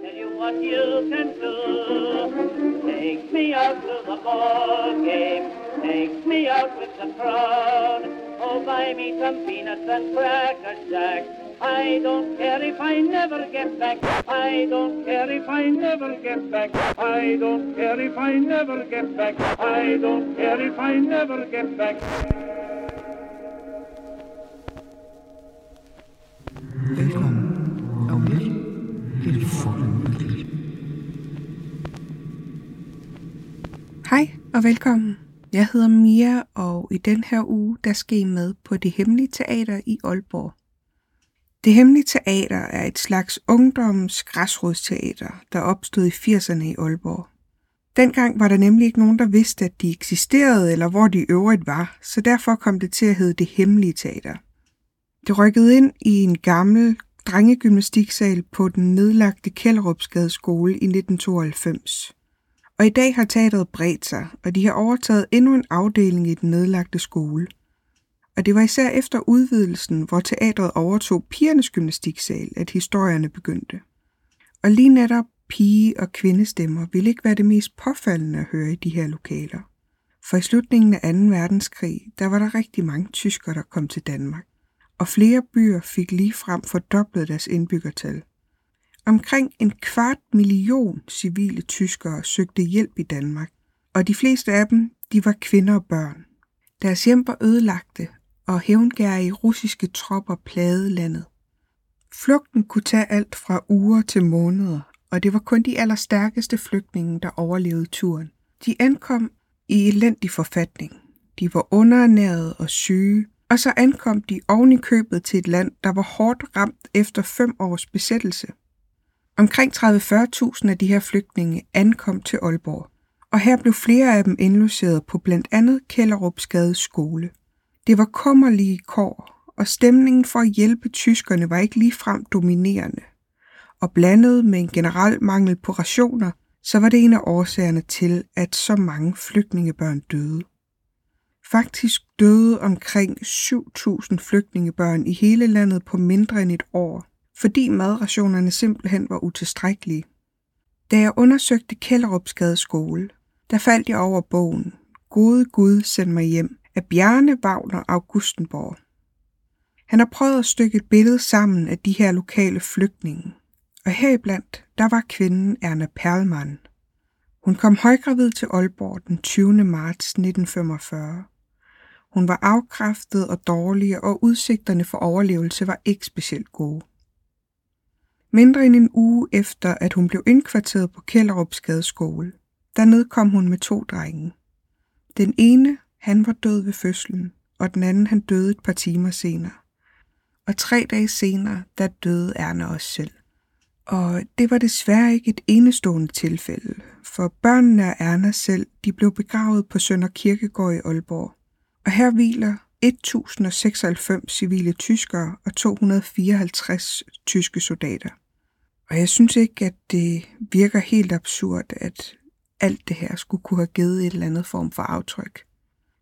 what you can do. Take me out to the ball game. Take me out with the crowd. Oh, buy me some peanuts and cracker jack. I don't care if I never get back. I don't care if I never get back. I don't care if I never get back. I don't care if I never get back. Velkommen. Augenblick. Helt forhåndentlig. Hej og velkommen. Jeg hedder Mia, og i den her uge, der skal I med på Det Hemmelige Teater i Aalborg. Det Hemmelige Teater er et slags ungdommens græsrodsteater, der opstod i 80'erne i Aalborg. Dengang var der nemlig ikke nogen, der vidste, at de eksisterede eller hvor de i øvrigt var, så derfor kom det til at hedde Det Hemmelige Teater. Det rykkede ind i en gammel drengegymnastiksal på den nedlagte Kjellerupsgade skole i 1992. Og i dag har teateret bredt sig, og de har overtaget endnu en afdeling i den nedlagte skole. Og det var især efter udvidelsen, hvor teatret overtog pigernes gymnastiksal, at historierne begyndte. Og lige netop pige- og kvindestemmer ville ikke være det mest påfaldende at høre i de her lokaler. For i slutningen af 2. verdenskrig, der var der rigtig mange tyskere, der kom til Danmark og flere byer fik ligefrem fordoblet deres indbyggertal. Omkring en kvart million civile tyskere søgte hjælp i Danmark, og de fleste af dem, de var kvinder og børn. Deres hjem var ødelagte, og hævngærige russiske tropper plagede landet. Flugten kunne tage alt fra uger til måneder, og det var kun de allerstærkeste flygtninge, der overlevede turen. De ankom i elendig forfatning. De var underernærede og syge, og så ankom de oven i købet til et land, der var hårdt ramt efter fem års besættelse. Omkring 30-40.000 af de her flygtninge ankom til Aalborg, og her blev flere af dem indlogeret på blandt andet Kjellerupsgades skole. Det var kummerlige kår, og stemningen for at hjælpe tyskerne var ikke ligefrem dominerende. Og blandet med en generel mangel på rationer, så var det en af årsagerne til, at så mange flygtningebørn døde. Faktisk døde omkring 7.000 flygtningebørn i hele landet på mindre end et år, fordi madrationerne simpelthen var utilstrækkelige. Da jeg undersøgte Kjellerupsgade skole, der faldt jeg over bogen Gode Gud send mig hjem af Bjarne Wagner Augustenborg. Han har prøvet at stykke et billede sammen af de her lokale flygtninge, og heriblandt der var kvinden Erna Perlmann. Hun kom højgravid til Aalborg den 20. marts 1945. Hun var afkræftet og dårlig, og udsigterne for overlevelse var ikke specielt gode. Mindre end en uge efter, at hun blev indkvarteret på Kjellerupsgade skole, der nedkom hun med to drenge. Den ene, han var død ved fødslen, og den anden, han døde et par timer senere. Og tre dage senere, der døde Erna også selv. Og det var desværre ikke et enestående tilfælde, for børnene og Erna selv, de blev begravet på Sønder Kirkegård i Aalborg. Og her hviler 1096 civile tyskere og 254 tyske soldater. Og jeg synes ikke, at det virker helt absurd, at alt det her skulle kunne have givet et eller andet form for aftryk.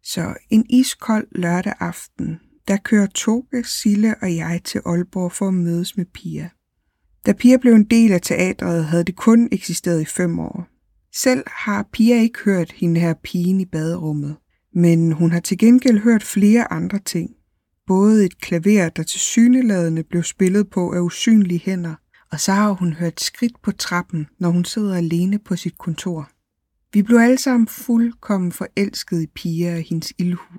Så en iskold lørdag aften, der kører Toge, Sille og jeg til Aalborg for at mødes med Pia. Da Pia blev en del af teatret, havde det kun eksisteret i fem år. Selv har Pia ikke hørt hende her pigen i baderummet, men hun har til gengæld hørt flere andre ting. Både et klaver, der til syneladende blev spillet på af usynlige hænder, og så har hun hørt skridt på trappen, når hun sidder alene på sit kontor. Vi blev alle sammen fuldkommen forelskede i Pia og hendes ildhu.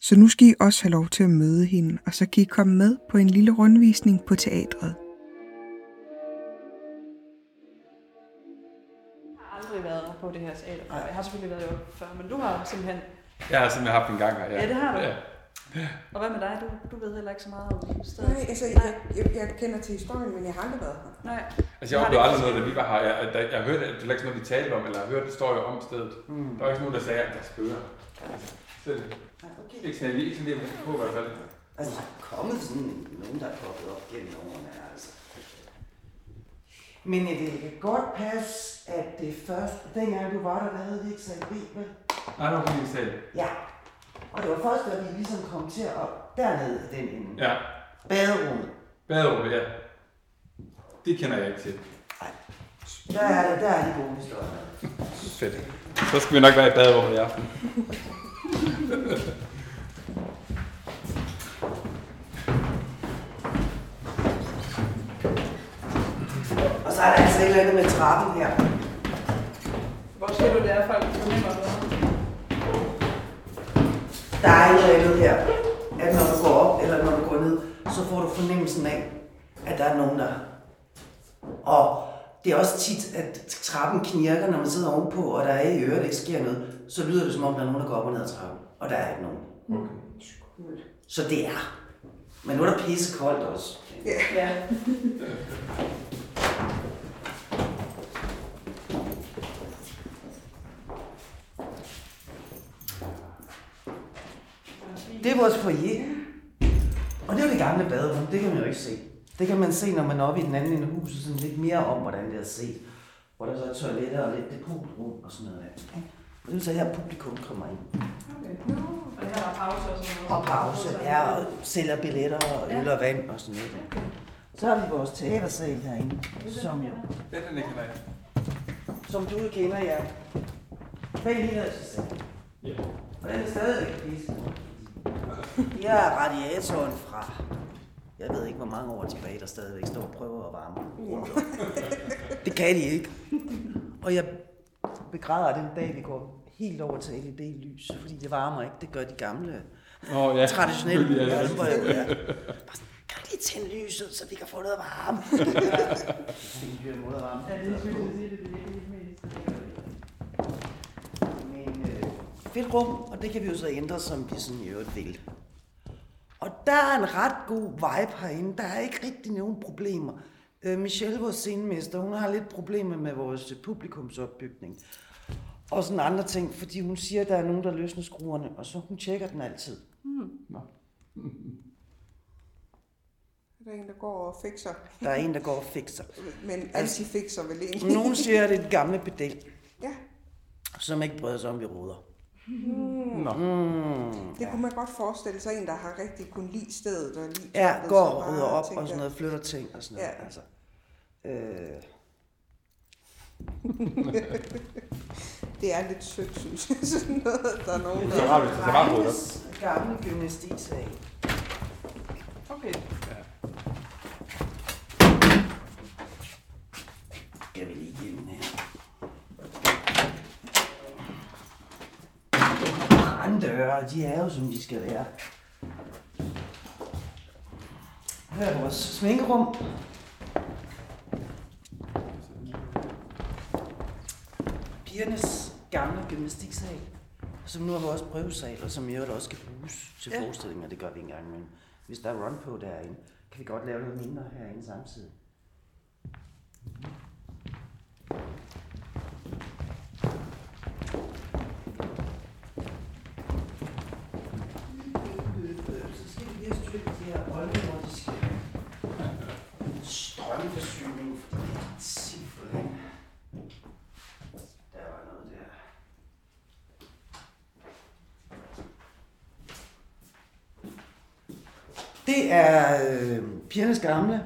Så nu skal I også have lov til at møde hende, og så kan I komme med på en lille rundvisning på teatret. har aldrig været på det her teater før. Jeg har selvfølgelig været deroppe før, men du har simpelthen... Jeg har simpelthen haft en gang her. Ja, Ja, det har du. Ja. Og hvad med dig? Du, du ved heller ikke så meget om stedet. Nej, altså, jeg, jeg, jeg kender til historien, men jeg har aldrig været her. Nej. Altså, jeg Har det oplevede ikke- aldrig noget, da vi var her. Jeg, jeg, jeg, jeg hørte, at det var ikke sådan noget, vi talte om, eller jeg hørte historier om stedet. Hmm. Mm. Der var ikke sådan nogen, der sagde, at der spøger. Altså, så det Okay. ikke sådan, jeg lige sådan lige på, i hvert fald. Altså, der er kommet sådan nogen, der er poppet op gennem årene, altså. Men øh, det kan godt passe, at det først, dengang du var der, der havde vi ikke sat vel? Nej, det var fordi, vi sagde. Ja. Og det var først, da vi ligesom kom til at dernede af den ende. Ja, Baderummet. baderum, ja. Det kender jeg ikke til. Der er, der, der er de gode historier. Fedt. Så skal vi nok være i baderummet i aften. Og så er der altså et eller andet med trappen her. Hvor siger du, det er, folk fornemmer noget? Der er et eller andet her, at når du går op eller når du går ned, så får du fornemmelsen af, at der er nogen der. Og det er også tit, at trappen knirker, når man sidder ovenpå, og der er i øret, ikke sker noget. Så lyder det, som om der er nogen, der går op og ned ad trappen. Og der er ikke nogen. Okay. Så det er. Men nu er der pisse koldt også. Ja. Det er vores foyer. Og det er jo det gamle baderum, det kan man jo ikke se. Det kan man se, når man er oppe i den anden ende af huset, sådan lidt mere om, hvordan det er set. Hvor der så er toiletter og lidt depotrum og sådan noget der. ikke? Og det er jo så her, publikum kommer ind. Okay. Og her er pause og sådan noget. Og pause er og sælger billetter og øl og vand og sådan noget der. Så har vi vores teatersal herinde, som, jo, Det er den ikke nej. som du jo kender, ja. Hvad er det, der Og den er stadigvæk pisse. Jeg har radiatoren fra. Jeg ved ikke, hvor mange år tilbage, der stadigvæk står og prøver at varme. Det kan de ikke. Og jeg begræder den dag, vi går helt over til LED-lys, fordi det varmer ikke. Det gør de gamle Åh, oh, ja. traditionelle Ja, ja. hjælper. Ja, ja. Bare sådan, Kan du ikke lige tænde lyset, så vi kan få noget varme? Det er en dyr måde at varme. Ja, det er selvfølgelig, at sige det, det er ikke mest. Men øh, fedt rum, og det kan vi jo så ændre, som vi sådan i øvrigt vil. Og der er en ret god vibe herinde. Der er ikke rigtig nogen problemer. Øh, Michelle, vores scenemester, hun har lidt problemer med vores øh, publikumsopbygning. Og sådan andre ting, fordi hun siger, at der er nogen, der løsner skruerne, og så hun tjekker den altid. Der er en, der går og fikser. Der er en, der går og fikser. Men anti-fikser vel egentlig. Nogen siger, at det er et gamle pedel, Ja, som ikke bryder sig om, vi roder. Nå. det kunne man godt forestille sig. En, der har rigtig kun lige stedet. Og lige Ja, trappet, går så og bare rydder op og tænker, sådan noget, flytter ting og sådan noget. Ja. Altså. Øh, Det er lidt sødt, synes jeg. Sådan noget, at der er nogen, Så der... har vi så har vi det. Agnes gamle gymnastiksag. Okay. Skal vi lige give den her. Branddøre, de er jo som de skal være. Her er vores sminkerum. Pigernes gamle gymnastiksal, som nu er vores prøvesal, og som i øvrigt også skal bruges til Ja. forestillinger. Det gør vi ikke engang, men hvis der er run på derinde, kan vi godt lave noget mindre herinde samtidig. Så skal vi lige have styr på de her oldnordiske strømforsyning, fordi det er simpelthen... Der var noget der. Det er øh, pigernes gamle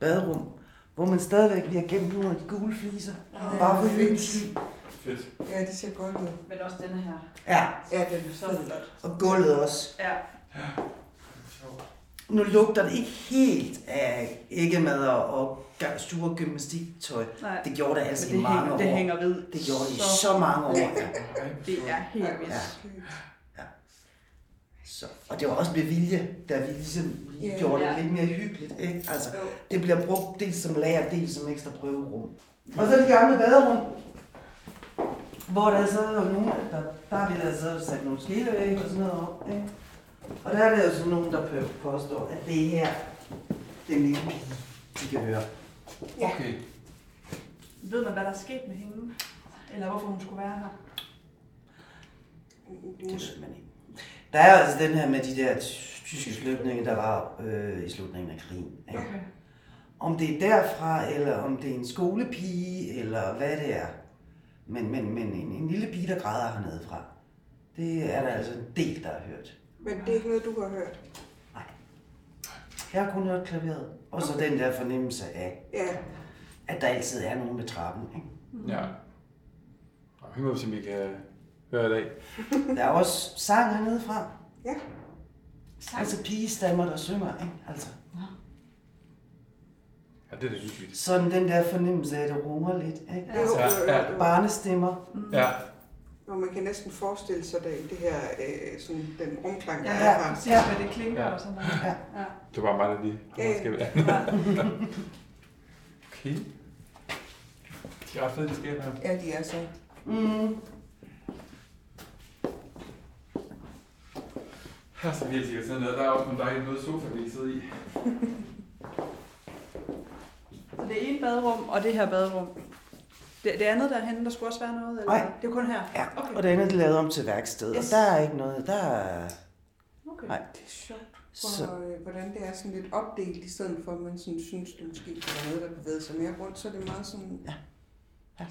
baderum, hvor man stadigvæk bliver gemt nogle af de gule fliser. Bare for hyggens skyld. Fedt. Ja, det ser godt ud. Men også denne her. Ja, Ja, den er så flot. og gulvet også. Ja. Nu lugter det ikke helt af æggemad og ga- sure gymnastiktøj. Nej. Det gjorde det altså Men i det, mange hænger, år. det hænger ved. Det gjorde det i så mange år. Ja. Det er helt vildt. Ja. Så. Og det var også med vilje, da vi ligesom lige Ja. gjorde det Ja. lidt mere hyggeligt. Ikke? Altså, Jo. det bliver brugt dels som lager, dels som ekstra prøverum. Og så det gamle baderum. Hvor der så er nogen, der, der har vi da så sat nogle skillevæg og sådan noget op. Ikke? Og der er der jo så nogen, der på- påstår, at det her, det er min pige, de kan høre. Okay. Ved man, hvad der er sket med hende? Eller hvorfor hun skulle være her? Det ved man ikke. Der er altså den her med de der ty- tyske flygtninge, der var øh, i slutningen af krigen. Ikke? Okay. Om det er derfra, eller om det er en skolepige, eller hvad det er. Men, men, men en, en lille pige, der græder hernede fra. Det er der altså en del, der har hørt. Men det er ikke noget, du har hørt. Jeg har kun hørt klaveret. Og så den der fornemmelse af, Ja, at der altid er nogen ved trappen. Ikke? Ja. Og hør op, som I kan høre i dag. Der er også sang hernede fra. Ja. Altså pigestammer, der synger. Ikke? Altså, Ja, det er da hyggeligt. sådan den der fornemmelse af, at det runger lidt. Ikke? Altså, Jo, Ja, jo, ja. jo. Barnestemmer. Ja. Og man kan næsten forestille sig det, det her, øh, sådan den rumklang, der Ja, er her. Præcis, Ja. hvad det klinger Ja. og sådan noget. Ja. ja. Det var bare mig, der lige Ja, ja. skabet. Okay. De er ret fede, de skaber her. Ja, de er så. Mm. Her skal vi helt sikkert sidde ned. Der er også nogle dejlige bløde sofa, vi kan sidde i. Så det ene baderum og det her baderum. Det, det andet derhen, der skulle også være noget? Eller? Nej. Det er kun her? Ja, Okay. og det andet det er lavet om til værksted, yes. Yes. og der er ikke noget, der er... okay. Nej. Det er sjovt, Så, hvor, øh, hvordan det er sådan lidt opdelt, i stedet for at man sådan synes, det måske er noget, der bevæger sig mere rundt, så er det meget sådan...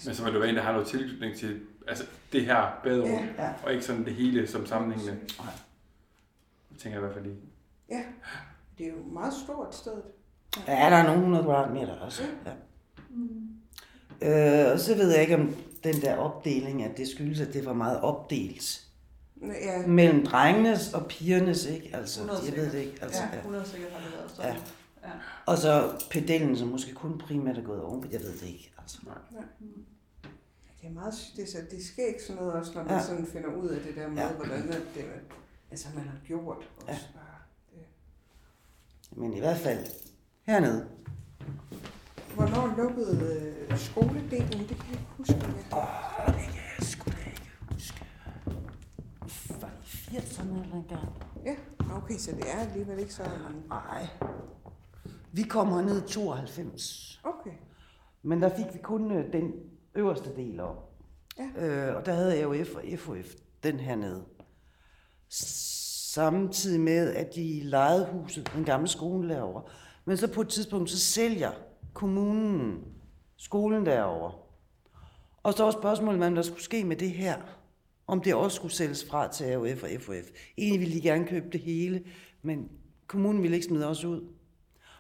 Men så må det være en, der har noget tilknytning til altså, det her bedre rum, Ja, ja. og ikke sådan det hele som sammenhængende. Det tænker jeg i hvert fald lige. ja. Det er jo meget stort sted. ja, der er nogle hundrede kvadratmeter også. Mm. Ja. Øh, og så ved jeg ikke, om den der opdeling, at det skyldes, at det var meget opdelt Ja, mellem drengenes og pigernes, ikke? Altså, Hundrede jeg ved det ikke. Altså, Ja, ja. 100 sikkert har det været Ja. sådan. Ja. Og så pedellen, som måske kun primært er gået ovenpå, jeg ved det ikke. Altså. det er meget... Det, er så, det sker ikke sådan noget også, når man Ja. sådan finder ud af det der med, Ja. hvordan at det, altså, man har gjort. Også. bare. Men i hvert fald hernede. Hvornår lukkede øh, skoledelen? Det kan jeg ikke huske. Ja. Åh, det kan jeg sgu da ikke huske. Var det i 80'erne eller engang? ja. Okay, så det er alligevel ikke så... Nej. Vi kom herned i 92, Okay. men der fik vi kun øh, den øverste del op. Ja. Øh, og der havde AOF og FOF den hernede. Samtidig med, at de lejede huset, den gamle skole derovre. Men så på et tidspunkt, så sælger kommunen skolen derovre. Og så var spørgsmålet, hvad der skulle ske med det her. Om det også skulle sælges fra til AOF og FOF. Egentlig ville de gerne købe det hele, men kommunen ville ikke smide os ud.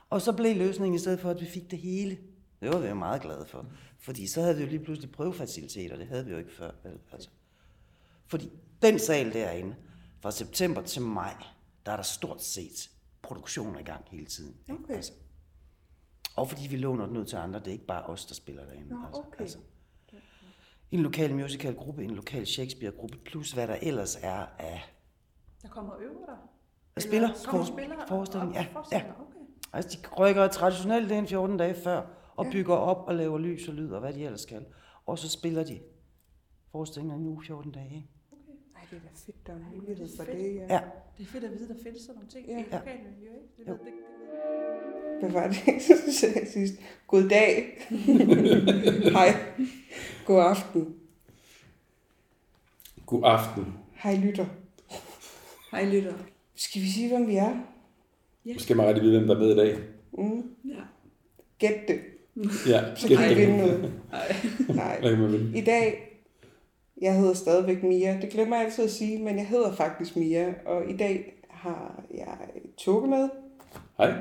Og så blev løsningen i stedet for, at vi fik det hele. Det var vi jo meget glade for. Fordi så havde vi jo lige pludselig prøvefaciliteter, det havde vi jo ikke før. Vel? Altså. Fordi den sal derinde, fra september til maj, der er der stort set produktioner i gang hele tiden. ikke? Okay. Og fordi vi låner den ud til andre, det er ikke bare os, der spiller derinde. Altså, Nå, okay. En lokal musicalgruppe, en lokal Shakespeare-gruppe, plus hvad der ellers er af Der kommer øver der? af spiller, Eller kommer for- spillere forestilling. op- Ja, ja. forestillinger, Okay. Altså, de rykker traditionelt ind 14 dage før, og bygger op og laver lys og lyd og hvad de ellers skal. Og så spiller de forestillinger nu 14 dage. ikke? Ej, det er da fedt, der er en mulighed for det. Ja. Ja. Det er fedt at vide, der findes sådan nogle ting Ja. i det lokale miljø, ikke? Det Jo. ved det ikke. Hvad var det, så sagde jeg sidst? God dag. Hej. God aften. God aften. Hej lytter. Hej lytter. Skal vi sige, hvem vi er? Nu skal man rigtig vide, hvem der er med i dag. Mm. Ja. Gæt det. Ja, Så gæt kan I det. vinde noget. Nej. Hvad kan man vinde? I dag, jeg hedder stadigvæk Mia. Det glemmer jeg altid at sige, men jeg hedder faktisk Mia. Og i dag har jeg Toge med Hej.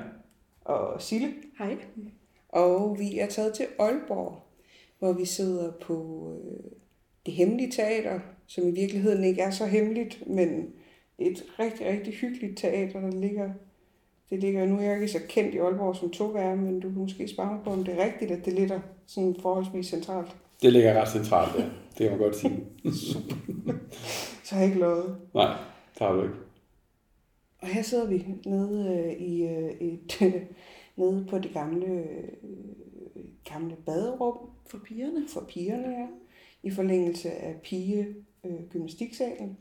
og Sille. Hej. Og vi er taget til Aalborg, hvor vi sidder på øh, det hemmelige teater, som i virkeligheden ikke er så hemmeligt, men et rigtig, rigtig hyggeligt teater, der ligger... Det ligger nu er jeg ikke så kendt i Aalborg som to er, men du kan måske spørge mig på, om det er rigtigt, at det ligger sådan forholdsvis centralt. Det ligger ret centralt, ja. Det kan man godt sige. Så har jeg ikke lovet. Nej, det har du ikke. Og her sidder vi nede, øh, i, øh, et, øh, nede på det gamle, øh, gamle baderum, For pigerne. for pigerne her, i forlængelse af pigegymnastiksalen,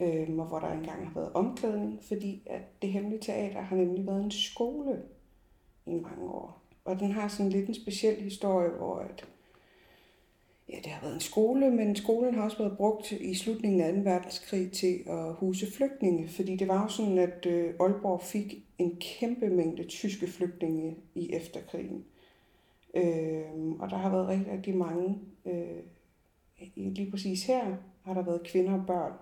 øh, og hvor der engang har været omklædning, fordi at det hemmelige teater har nemlig været en skole i mange år. Og den har sådan lidt en speciel historie, hvor at, ja, det har været en skole, men skolen har også været brugt i slutningen af 2. verdenskrig til at huse flygtninge, fordi det var jo sådan, at øh, Aalborg fik en kæmpe mængde tyske flygtninge i efterkrigen. Øhm, og der har været rigtig, rigtig mange, øh, i- lige præcis her har der været kvinder og børn.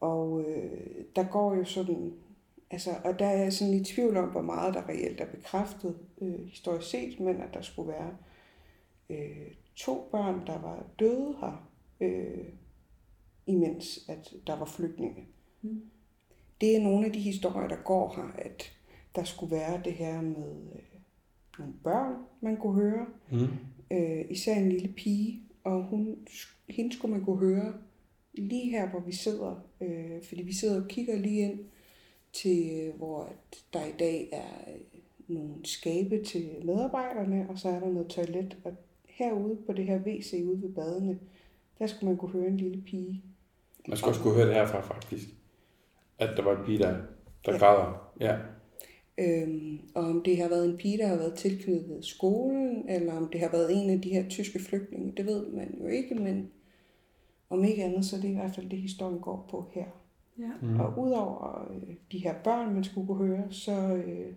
Og øh, der går jo sådan Altså, og der er jeg sådan i tvivl om, hvor meget der reelt er bekræftet øh, historisk set, men at der skulle være øh, to børn, der var døde her, øh, imens at der var flygtninge. Mm. Det er nogle af de historier, der går her, at der skulle være det her med øh, nogle børn, man kunne høre, Mm. øh, især en lille pige, og hun, hende skulle man kunne høre lige her, hvor vi sidder, øh, fordi vi sidder og kigger lige ind til, øh, hvor at der i dag er øh, nogle skabe til medarbejderne, og så er der noget toilet, og herude på det her WC ude ved badene, der skulle man kunne høre en lille pige. Man skulle også kunne høre det herfra, faktisk. At der var en pige, der, der Ja. græder. Ja. Øhm, og om det har været en pige, der har været tilknyttet skolen, eller om det har været en af de her tyske flygtninge, det ved man jo ikke, men om ikke andet, så er det i hvert fald det, historien går på her. Ja. Mm. Og udover øh, de her børn, man skulle kunne høre, så, øh,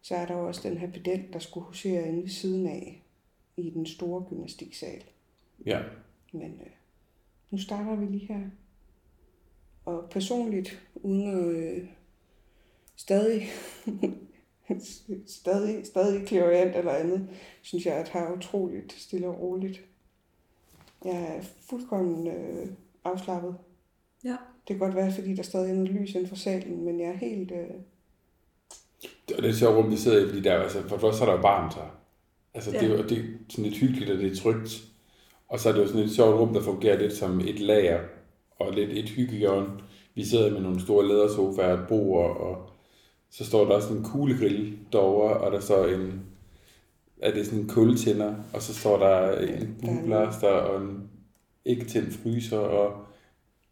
så er der jo også den her pedel, der skulle husere inde ved siden af i den store gymnastiksal. Ja. Men øh, nu starter vi lige her. Og personligt, uden at øh, stadig, stadig, stadig klaviant eller andet, synes jeg, at her er utroligt stille og roligt. Jeg er fuldkommen øh, afslappet. Ja. Det kan godt være, fordi der stadig er noget lys inden for salen, men jeg er helt... Øh, Det- Og det er sjovt rum, vi sidder i, fordi der, er- altså, for det første så er der jo varmt her. Altså, det, er, Ja. jo- og det er sådan lidt hyggeligt, og det er trygt. Og så er det jo sådan et sjovt rum, der fungerer lidt som et lager, og lidt et hyggehjørne. Vi sidder med nogle store lædersofaer, et bord, og så står der også en kuglegrill derovre, og der så en, er det sådan en kultænder, og så står der en der er- bueblaster og en ikke tændt fryser, og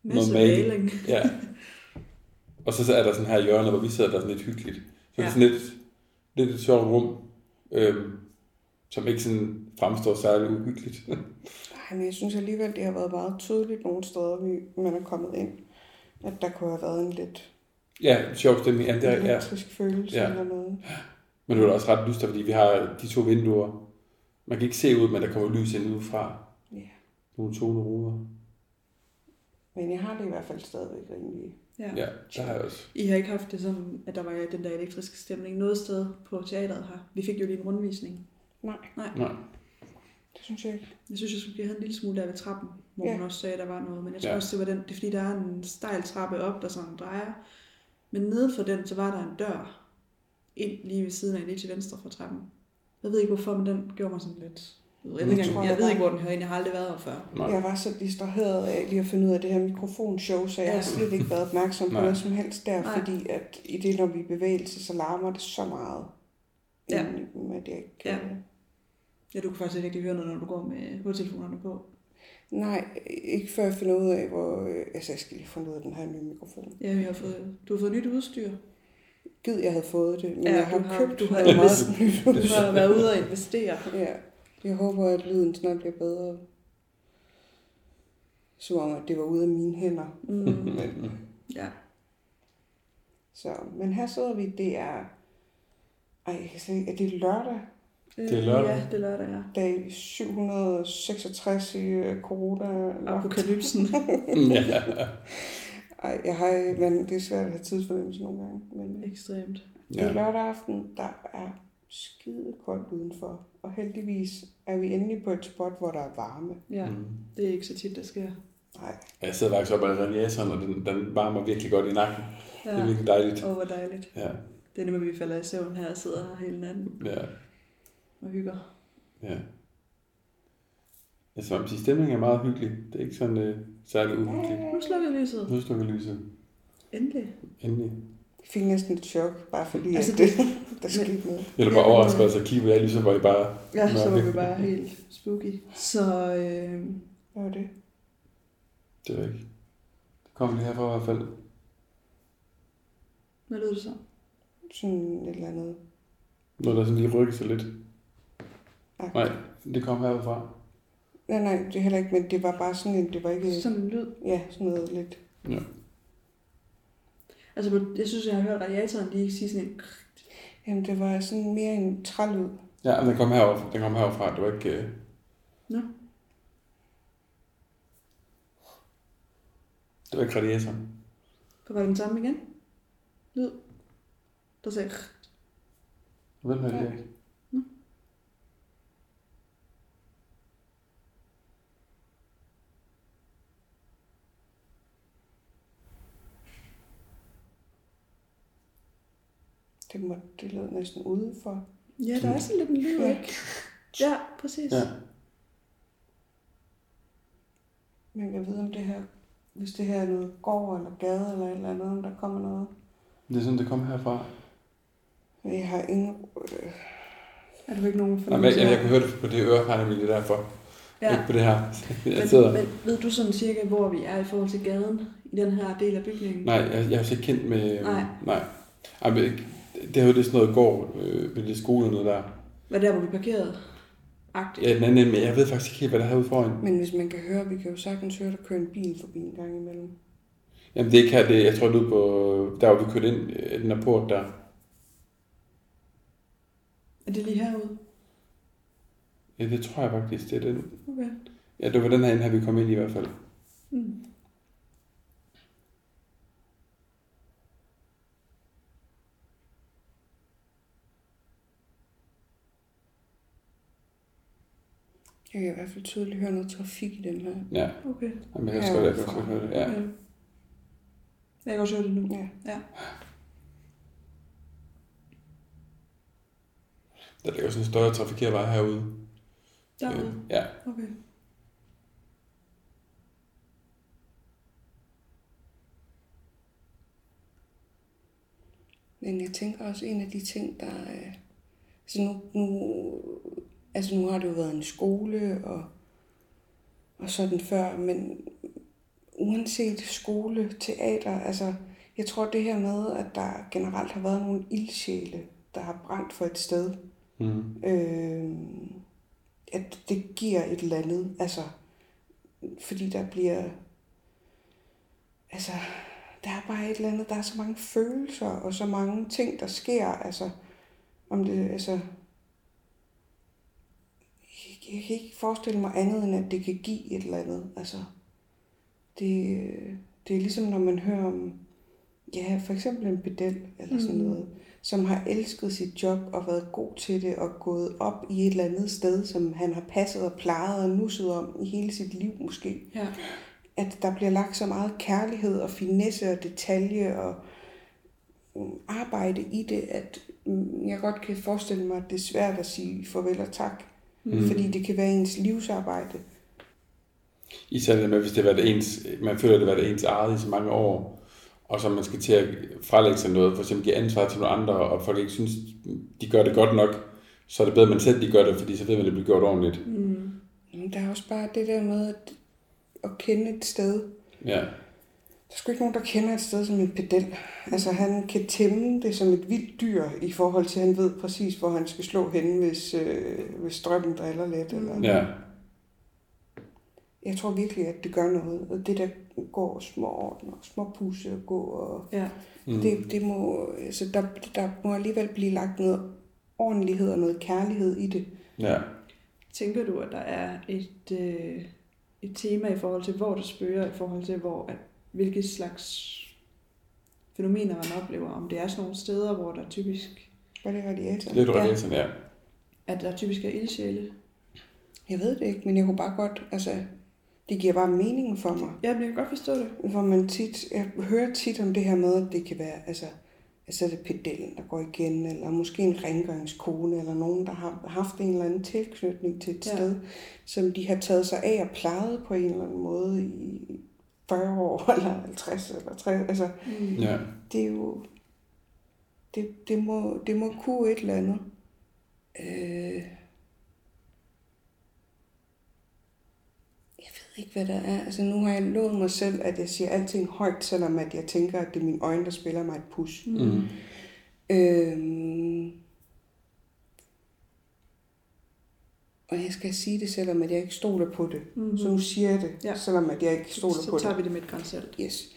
Masse Noget maling. maling. Ja. Og så er der sådan her hjørne, hvor vi sidder der er sådan lidt hyggeligt. Så ja. det Ja. er sådan lidt, lidt et sjovt rum, øhm, som ikke sådan fremstår særlig uhyggeligt. Ej, men jeg synes alligevel, det har været meget tydeligt nogle steder, vi, man er kommet ind, at der kunne have været en lidt ja, sjov stemning. Jamen, det er, ja. elektrisk følelse Ja. eller noget. Men det er jo også ret lyst, fordi vi har de to vinduer. Man kan ikke se ud, men der kommer lys ind udefra. Ja. Nogle toneruder. Men jeg har det i hvert fald stadigvæk rimelig. Ja. Ja, der har jeg også. I har ikke haft det sådan, at der var den der elektriske stemning noget sted på teateret her. Vi fik jo lige en rundvisning. Nej, Nej. det synes jeg ikke. Jeg synes, jeg skulle blive en lille smule der ved trappen, hvor Ja. ja. hun også sagde, at der var noget. Men jeg tror Ja. ja. også, det var den, det er fordi, der er en stejl trappe op, der sådan drejer. Men nede for den, så var der en dør ind lige ved siden af, lige til venstre for trappen. Jeg ved ikke hvorfor, men den gjorde mig sådan lidt... Jeg ved, ikke, Mm. engang- Tror jeg jeg ved var- ikke, hvor den hører ind. Jeg har aldrig været her før. Nej. Jeg var så distraheret af lige at finde ud af det her mikrofonshow, så jeg har Ja. slet ikke været opmærksom på Nej. noget som helst der, Nej. fordi at i det, når vi er i bevægelse, så larmer det så meget. Ja. Inden, at jeg ikke, Ja. Ja, du kan faktisk ikke rigtig høre noget, når du går med hovedtelefonerne på. Nej, ikke før jeg finder ud af, hvor... øh, Altså, jeg skal lige finde ud af den her nye mikrofon. Ja, jeg har fået, du har fået nyt udstyr. Gid, jeg havde fået det, men Ja, jeg har, du har- købt du har- noget meget nyt Du har været ude og investere. Ja, jeg håber, at lyden snart bliver bedre. Som om, at det var ude af mine hænder. Mm. Ja. Så, men her sidder vi, det er... Ej, jeg kan se, at det er lørdag, Det er lørdag. Ja, det er lørdag, ja. dag 766 i øh, corona. Apokalypsen. Ja. Ej, jeg har, men det er svært at have tidsfornemmelse nogle gange. Men øh, Ekstremt. det er ja. lørdag aften, der er skide koldt udenfor. Og heldigvis er vi endelig på et spot, hvor der er varme. Ja, Mm. det er ikke så tit, der sker. Nej, Jeg sidder faktisk op ad radiatoren, og den, den varmer virkelig godt i nakken. Ja. Det er virkelig dejligt. Åh, hvor dejligt. Ja, Det er nemlig, at vi falder i søvn her og sidder her hele natten ja. og hygger. Ja. Altså, man siger, stemningen er meget hyggelig. Det er ikke sådan øh, særlig uhyggeligt. Nu slukker lyset. Nu slukker lyset. Endelig. Endelig. jeg fik næsten et chok, bare fordi Altså, altså, at det, der skete noget. Eller bare overrasket os at kigge på jer, ligesom var I bare... Ja, så var Mørke. vi bare helt spooky. Så øh, Hvad var det? Det ved jeg ikke. Det kom lige herfra i hvert fald. hvad lød det så? Sådan et eller andet. Noget, der sådan lige rykkede sig lidt. Akt. Nej, det kom herfra. Nej, nej, det er heller ikke, men det var bare sådan en, det var ikke, Sådan en lyd. ja, sådan noget lidt. Altså, jeg synes, jeg har hørt radiatoren lige sige sådan en... krrr. Jamen, det var sådan mere en trælyd. Ja, men den kom heroverfra. Den kom heroverfra. Det var ikke... Øh... Nå. Det var ikke radiatoren. Var det den samme igen? lyd, der sagde... Hvem er det? Det, må, det lød næsten udenfor. Ja, der er sådan lidt en lyd, ikke? Ja, præcis. Ja. Men jeg ved, om det her, hvis det her er noget gård eller gade eller et eller andet, om der kommer noget. Det er sådan, det kom herfra. Men jeg har ingen... Øh, er du ikke nogen Jamen, jeg, fornemmelse? jeg, jeg kunne høre det på det øre, har jeg nemlig det derfor. Ja. Ikke på det her. Jeg Men, sidder. men ved du sådan cirka, hvor vi er i forhold til gaden i den her del af bygningen? Nej, jeg, jeg er så ikke kendt med... Nej. Nej. Ej, men, det er jo det sådan noget går øh, med det skole og noget der. Var der, hvor vi parkerede? Agtigt. Ja, den anden ende, men jeg ved faktisk ikke helt, hvad der er herude foran. Men hvis man kan høre, vi kan jo sagtens høre, der kører en bil forbi en gang imellem. Jamen det er ikke her, det, er- jeg tror det er ude på, der hvor vi kørte ind, øh, den der port der. Er det lige herude? Ja, det tror jeg faktisk, det er den. Okay. Ja, det var den her ende her, vi kom ind i i hvert fald. Mm. Jeg kan i hvert fald tydeligt høre noget trafik i den her. Ja, Okay. jamen, jeg kan også Ja, godt, jeg kan også fra. godt høre det. Ja. okay. Jeg kan også høre det nu. Ja. ja. Der ligger sådan en større trafikeret vej herude. Derude. Øh, Ja, Okay. Men jeg tænker også, en af de ting, der er... Altså nu, nu, altså nu har det jo været en skole og, og sådan før, men uanset skole, teater, altså jeg tror det her med, at der generelt har været nogle ildsjæle, der har brændt for et sted, mm. øh, at det giver et eller andet, altså, fordi der bliver, altså, der er bare et eller andet, der er så mange følelser, og så mange ting, der sker, altså, om det, altså, jeg- jeg kan ikke forestille mig andet, end at det kan give et eller andet, altså, det, øh, det er ligesom, når man hører om, ja, for eksempel en pedel, eller sådan Mhm. noget, som har elsket sit job og været god til det og gået op i et eller andet sted, som han har passet og plejet og nusset om i hele sit liv måske. Ja. At der bliver lagt så meget kærlighed og finesse og detalje og mm, arbejde i det, at mm, jeg godt kan forestille mig, at det er svært at sige farvel og tak. Mm. Fordi det kan være ens livsarbejde. Især det med, hvis det har været ens, man føler, det har været ens eget i så mange år, og så man skal til at frelægge sig noget, for eksempel give ansvar til nogle andre, og folk ikke synes, de gør det godt nok, så er det bedre, at man selv de gør det, fordi så ved man, at det bliver gjort ordentligt. Mm. Men der er også bare det der med at, at kende et sted, Ja. Der er sgu ikke nogen, der kender et sted som en pedel. Altså, han kan tæmme det som et vildt dyr, i forhold til, at han ved præcis, hvor han skal slå hen, hvis, øh, hvis strømmen driller lidt. Eller... Ja. Jeg tror virkelig, at det gør noget. Og det der går små ordner, små pusse og gå, og Ja. Mm. det, det må, altså, der, der må alligevel blive lagt noget ordentlighed og noget kærlighed i det. Ja. Tænker du, at der er et, øh, et tema i forhold til, hvor det spøger, i forhold til, hvor, at, hvilke slags fænomener man oplever? Om det er sådan nogle steder, hvor der typisk, Var det radiator? Det er du Ja. ret i, sådan, ja. at der typisk er ildsjæle. Jeg ved det ikke, men jeg kunne bare godt, altså, det giver bare mening for mig. Ja, men jeg kan godt forstå det. hvor man tit, jeg hører tit om det her med, at det kan være, altså, altså er det pedellen, der går igen, eller måske en rengøringskone, eller nogen, der har haft en eller anden tilknytning til et Ja. ja. sted, som de har taget sig af og plejet på en eller anden måde i 40 år, eller 50, eller 60, altså, Mm. ja. det er jo, det, det, må, det må kunne et eller andet. Øh, jeg ved ikke, hvad der er. Altså, nu har jeg lovet mig selv, at jeg siger alting højt, selvom at jeg tænker, at det er mine øjne, der spiller mig et pus. Mm. Øh, og jeg skal sige det, selvom at jeg ikke stoler på det. Mm-hmm. Så nu siger jeg det, Ja. selvom at jeg ikke stoler på så det. tager vi det med et grænsalt. Yes.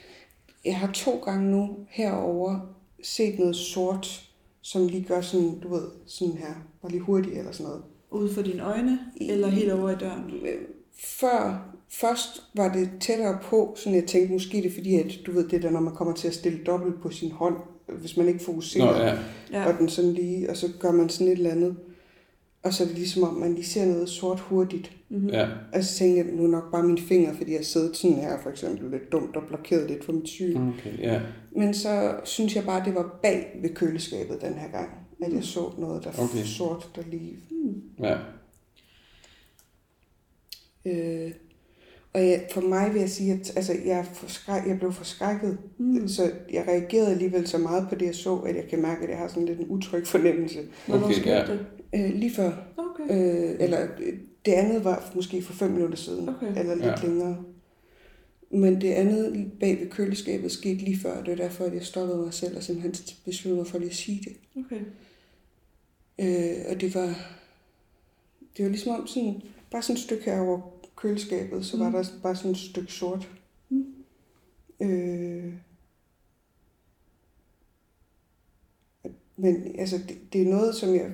Jeg har to gange nu herover set noget sort, som lige gør sådan, du ved, sådan her, bare lige hurtigt eller sådan noget. Ude for dine øjne, eller helt over i døren. Øh, Før, først var det tættere på, sådan jeg tænkte, måske er det fordi, at du ved det der, når man kommer til at stille dobbelt på sin hånd, hvis man ikke fokuserer. Nå, ja. Ja. og den sådan lige, og så gør man sådan et eller andet. Og så er det ligesom om, man lige ser noget sort hurtigt. ja. Og så tænker jeg, nu er nok bare mine fingre, fordi jeg sidder sådan her for eksempel lidt dumt og blokeret lidt for mit syn. Mm. Okay, ja. Men så synes jeg bare, det var bag ved køleskabet den her gang, at jeg så noget, der Okay. Mm. okay. sort, der lige... Ja. Øh, og jeg, for mig vil jeg sige, at altså, jeg, er forskræk, jeg blev forskrækket. Mm. Så jeg reagerede alligevel så meget på det, jeg så, at jeg kan mærke, at jeg har sådan lidt en utryg fornemmelse. Hvornår Okay, skete ja. det? Øh, lige før Okay. Øh, eller øh, det andet var måske for fem minutter siden, Okay. eller lidt Ja. ja. længere. Men det andet bag ved køleskabet skete lige før, og det var derfor, at jeg stoppede mig selv og simpelthen besluttede mig for lige at sige det. Okay. Øh, og det var, det var ligesom om sådan, bare sådan et stykke her over køleskabet, så mm. var der bare sådan et stykke sort. Mm. Øh, men altså, det, det er noget, som jeg,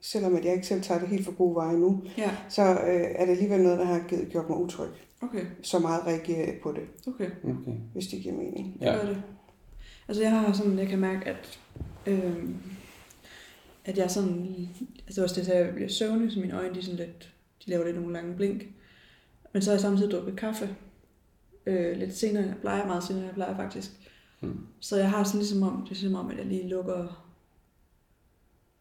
selvom at jeg ikke selv tager det helt for gode veje nu, Ja, så øh, er det alligevel noget, der har givet, gjort mig utryg. okay. Så meget reagerer jeg på det, Okay. Okay. hvis det giver mening. Ja. Ja. Det. Altså jeg har sådan, jeg kan mærke, at, øh, at jeg er sådan, altså også det, jeg sagde, at jeg bliver søvnig, så mine øjne, de, er sådan lidt, de laver lidt nogle lange blink. Men så har jeg samtidig drukket kaffe øh, lidt senere, end jeg plejer, meget senere, end jeg plejer faktisk. Mm. Så jeg har sådan ligesom om, det er som om, at jeg lige lukker,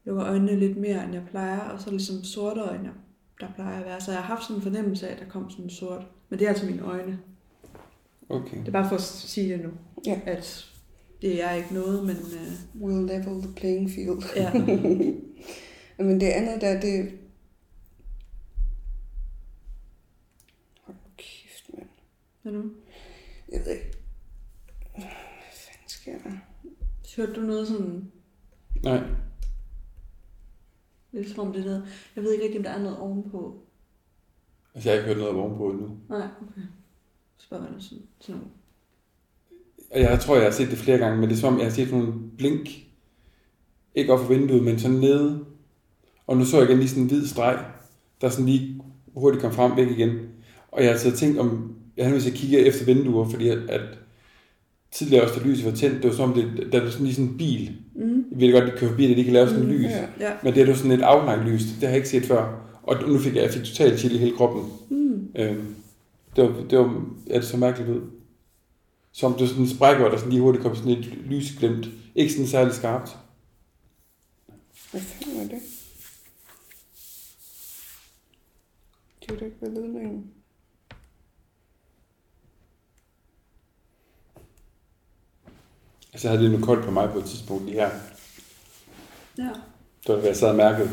lukker øjnene lidt mere, end jeg plejer, og så er det ligesom sortere, end jeg, der plejer at være. Så jeg har haft sådan en fornemmelse af, at der kom sådan en sort, men det er altså mine øjne. Okay. Det er bare for at sige det nu, Ja. at det er ikke noget, men øh, We'll level the playing field. ja, Men det andet der, det... Hold nu kæft, mand. hvad nu? Jeg ved ikke. Hvad fanden sker der? Hørte du noget sådan, Nej. lidt som om det er noget, jeg ved ikke rigtig, om der er noget ovenpå. Altså, jeg har ikke hørt noget om på endnu. Nej, okay. Så bare var det sådan, sådan nogle- Og Jeg tror, jeg har set det flere gange, men det er som om, jeg har set sådan nogle blink. Ikke op for vinduet, men sådan nede. Og nu så jeg igen lige sådan en hvid streg, der sådan lige hurtigt kom frem væk igen. Og jeg har siddet og tænkt om, jeg har nødt til at kigge efter vinduer, fordi at, at tidligere også, da lyset var tændt, det var som om, det, der er sådan lige sådan en bil. Mm. Jeg ved godt, de kører forbi, at de kan lave sådan en lys. Mhm, Ja. Ja, Men det er jo sådan et aflangt lys, det har jeg ikke set før. Og nu fik jeg, jeg fik totalt chill i hele kroppen. mm. Øhm, det var, det var ja, det så mærkeligt ud. Som det var sådan en spræk, hvor der sådan lige hurtigt kom sådan et lysglimt. Ikke sådan særlig skarpt. Hvad fanden var det? Det var da ikke ved ledningen. Altså jeg havde det nu koldt på mig på et tidspunkt lige her. ja. Det var, hvad jeg sad og mærkede.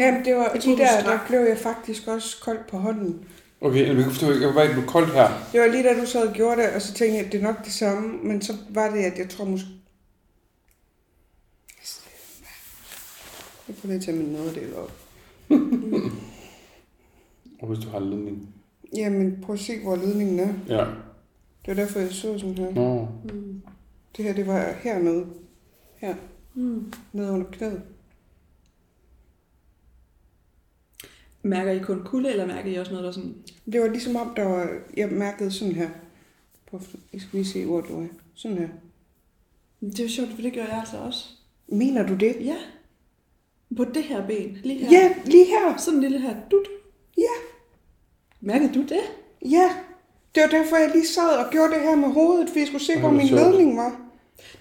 Jamen, det var Jeg lige troede, du der, strak. der blev jeg faktisk også kold på hånden. Okay, jeg kan forstå, jeg var bare ikke blevet koldt her. Det var lige da du sad og gjorde det, og så tænkte jeg, at det er nok det samme, men så var det, at jeg tror måske... Jeg prøver lige at tage min nederdel op. Og hvis du har en ledning. Jamen, prøv at se, hvor ledningen er. Ja. Det var derfor, jeg så sådan her. Nå. Mm. Det her, det var hernede. Her. Mm. Nede under knæet. Mærker I kun kulde, eller mærker I også noget, der er sådan, Det var ligesom om, der var... Jeg mærkede sådan her. Prøv, at- jeg skal lige se, hvor du er. Sådan her. det er jo sjovt, for det gør jeg altså også. Mener du det? Ja, på det her ben, lige her. Ja, lige her. Sådan en lille her, dut. Ja, Mærker du det? ja. Det var derfor, jeg lige sad og gjorde det her med hovedet, fordi jeg skulle se, Ej, hvor hvor min sjovt. ledning var.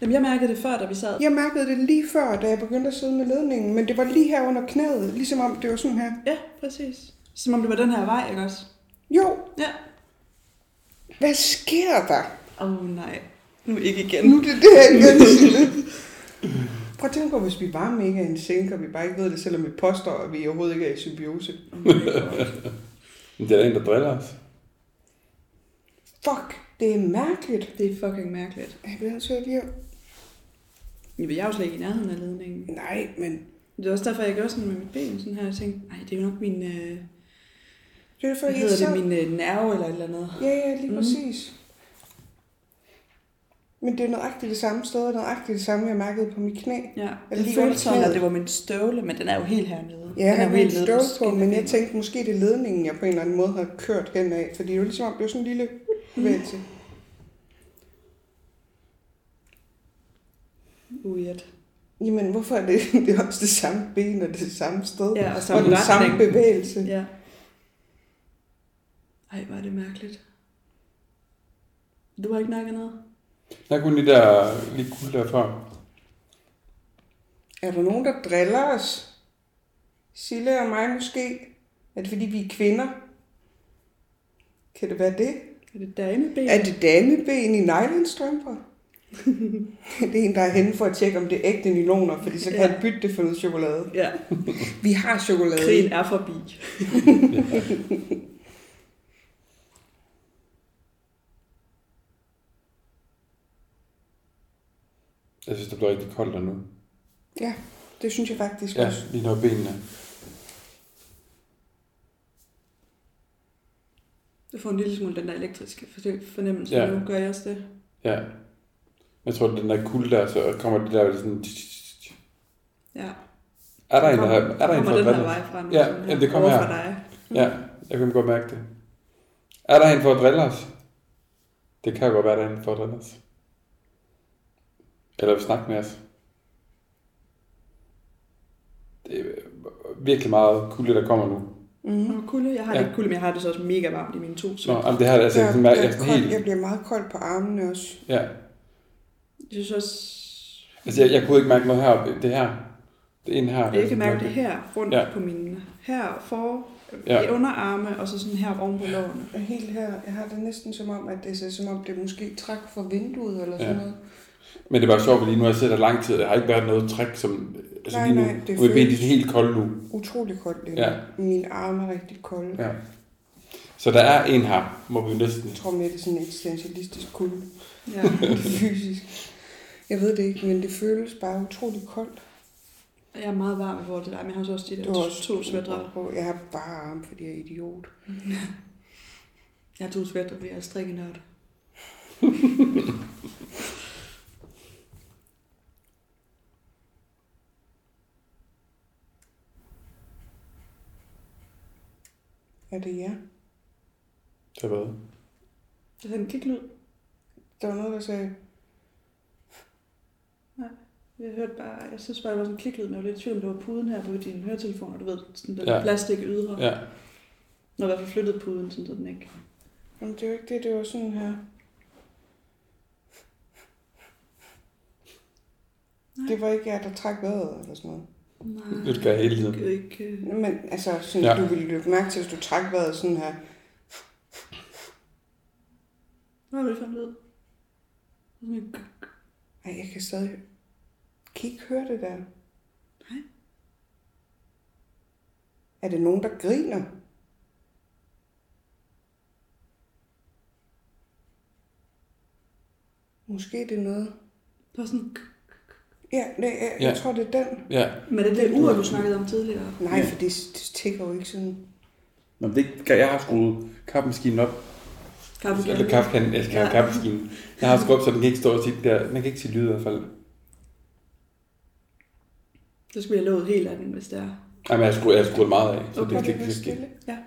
Jamen, jeg mærkede det før, da vi sad. Jeg mærkede det lige før, da jeg begyndte at sidde med ledningen, men det var lige her under knæet, ligesom om det var sådan her. Ja, præcis. Som om det var den her vej, ikke også? Jo, Ja. hvad sker der? Åh oh, nej, nu ikke igen. Nu er det det her igen. Prøv at tænke på, hvis vi bare mega en sink, og vi bare ikke ved det, selvom vi påstår, at vi overhovedet ikke er i symbiose. Men det er der en, der driller os. Fuck, det er mærkeligt. Det er fucking mærkeligt. Jeg bliver nødt til at lige... Jamen, jeg er jo slet ikke i nærheden af ledningen. Nej, men Det er også derfor, jeg gjorde sådan med mit ben sådan her. Jeg tænkte, nej, det er jo nok min, øh, det er derfor, hvad jeg hedder sad- det, min øh, nerve eller et eller andet. Ja, ja, lige Mhm. mm. præcis. Men det er nøjagtigt det samme sted, og nøjagtigt det samme, jeg mærkede på mit knæ. Ja, Er det jeg lige under følte sådan, at knæet? det var min støvle, men den er jo helt hernede. Ja, den er jeg jo har en nede støv på på, men jeg skinnebenet. tænkte, måske det er ledningen, jeg på en eller anden måde har kørt henad, fordi det er jo ligesom om, det er sådan en lille bevægelse. Weird. Jamen, hvorfor er det, det er også det samme ben og det samme sted? Ja, og samme og den retning. samme bevægelse. Ja. Ej, var det mærkeligt. Du har ikke nakket noget? Der er kun de der lige kul derfra. Er der nogen, der driller os? Sille og mig måske? Er det fordi, vi er kvinder? Kan det være det? Er det dameben? Er det dameben i nylonstrømper? det er en, der er henne for at tjekke, om det er ægte nyloner, fordi så kan Ja. ja. han bytte det for noget chokolade. Ja, Vi har chokolade. krigen er forbi. Jeg synes, det bliver rigtig koldt der nu. Ja, det synes jeg faktisk ja. Ja, også. lige når benene. Du får en lille smule den der elektriske for- fornemmelse. Ja. Ja. Nu gør jeg også det. Ja. Jeg tror, den der kulde der, så kommer det der sådan... Ja. Er der en, der, Kommer- er der kommer en fra den her vandet? vej fra nu, Ja, sådan her, jamen, det kommer over her. for dig. Ja, jeg kan godt mærke det. Er der en for at drille os? Det kan godt være, der er en for at drille os. Eller vil snakke med os. Det er virkelig meget kulde, der kommer nu. Mm. Nå, kulde. Jeg har Ja. ja. lidt kulde, men jeg har det så også mega varmt i mine to Nå, så. jamen, det her er altså Jeg, jeg, sådan, jeg, jeg, er sådan kold, jeg helt... bliver meget kold på armene også. Ja, Jeg synes også, altså jeg, jeg kunne ikke mærke noget her. Det her. Det ene her. jeg kan mærke det her, rundt Ja. ja. på mine her for, Ja. ja. underarme, og så sådan her oven på lårene. Og helt her, jeg har det næsten som om, at det ser som om, det måske træk fra vinduet eller sådan Ja. noget. Men det var sjovt, fordi nu har jeg siddet der lang tid, og der har ikke været noget træk, som... Altså Nej, lige nu, nej, det nu er benene føles- helt kolde nu. Utrolig koldt lige Ja. ja. Mine arme er rigtig kolde. Ja. Så der er en her, må vi næsten... Jeg tror mere, det er sådan en eksistentialistisk kulde. Ja. Det er fysisk. Jeg ved det ikke, men det føles bare utrolig koldt. Jeg er meget varm i forhold til dig, men jeg har så også de der Du har også to svætter. på. Jeg har bare arme, fordi jeg er idiot. Jeg har to svætter, fordi jeg er strikkenørd. Er det jer? Det har været. Det er en kiklyd. Der var noget, der sagde, Jeg hørte bare, jeg synes bare, det var sådan en kliklyd, men jeg var lidt i tvivl, om det var puden her på din høretelefon, og du ved, sådan den Ja. ja. plastik ydre. Ja. Ja. Når jeg i hvert fald flyttede puden, sådan så den ikke. Jamen, det var ikke det, det var sådan her. Det var ikke jer, der trak vejret eller sådan noget. Nej, Det gør jeg hele tiden. ikke, ikke. øh, Men altså, sådan, Ja. ja. du ville løbe mærke til, hvis du trak vejret sådan her. Hvad var det for en lyd? Sådan en k- Ej, jeg kan stadig... Kan I ikke høre det der? Nej. Er det nogen, der griner? Måske er det noget... Det var sådan en k- Ja, det, jeg, Ja. jeg tror, det er den. Ja. Men det er det ur, du snakkede om tidligere. Nej, Ja. for det, det tigger jo ikke sådan. Nå, men det kan jeg har skruet kaffemaskinen op. Kaffe Eller kaffekanden, jeg skal have Ja. kaffemaskinen. Jeg har skruet op, så den kan ikke stå og sige det der. Den kan ikke sige lyd i hvert fald. Så skulle jeg have låget helt af den, hvis det er. Ej, men jeg har skruet, jeg har skruet meget af, så Okay, det, Var det det, det, blevet det, det, stille? Ja.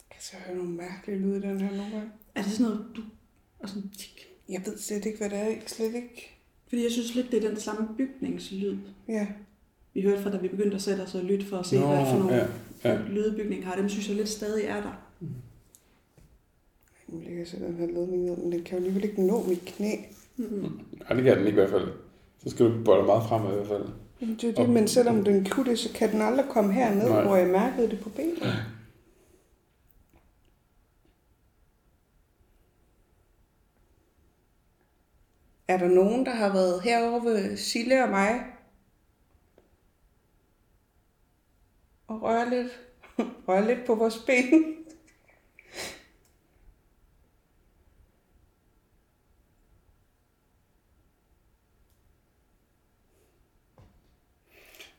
Jeg kan så høre nogle mærkelige lyde, i den her nogle gange. Er det sådan noget, du... Og sådan tik. Jeg ved slet ikke, hvad det er. Jeg kan slet ikke... Fordi jeg synes lidt, det er den samme bygningslyd, Ja. vi hørte fra, da vi begyndte at sætte os og lytte for at se, Nå, hvad for nogle ja, ja. lydbygninger har. Dem synes jeg lidt stadig er der. Nu lægger jeg så den her ledning ned, men den kan jo alligevel ikke nå mit knæ. Ej, det kan den ikke i hvert fald. Så skal du bolle meget fremad i hvert fald. Jamen, Det er jo Og- det, men selvom den kunne det, så kan den aldrig komme herned, Nej. Nej. hvor jeg mærkede det på benet. Er der nogen, der har været herovre ved Sille og mig? Og røre lidt, røre lidt på vores ben.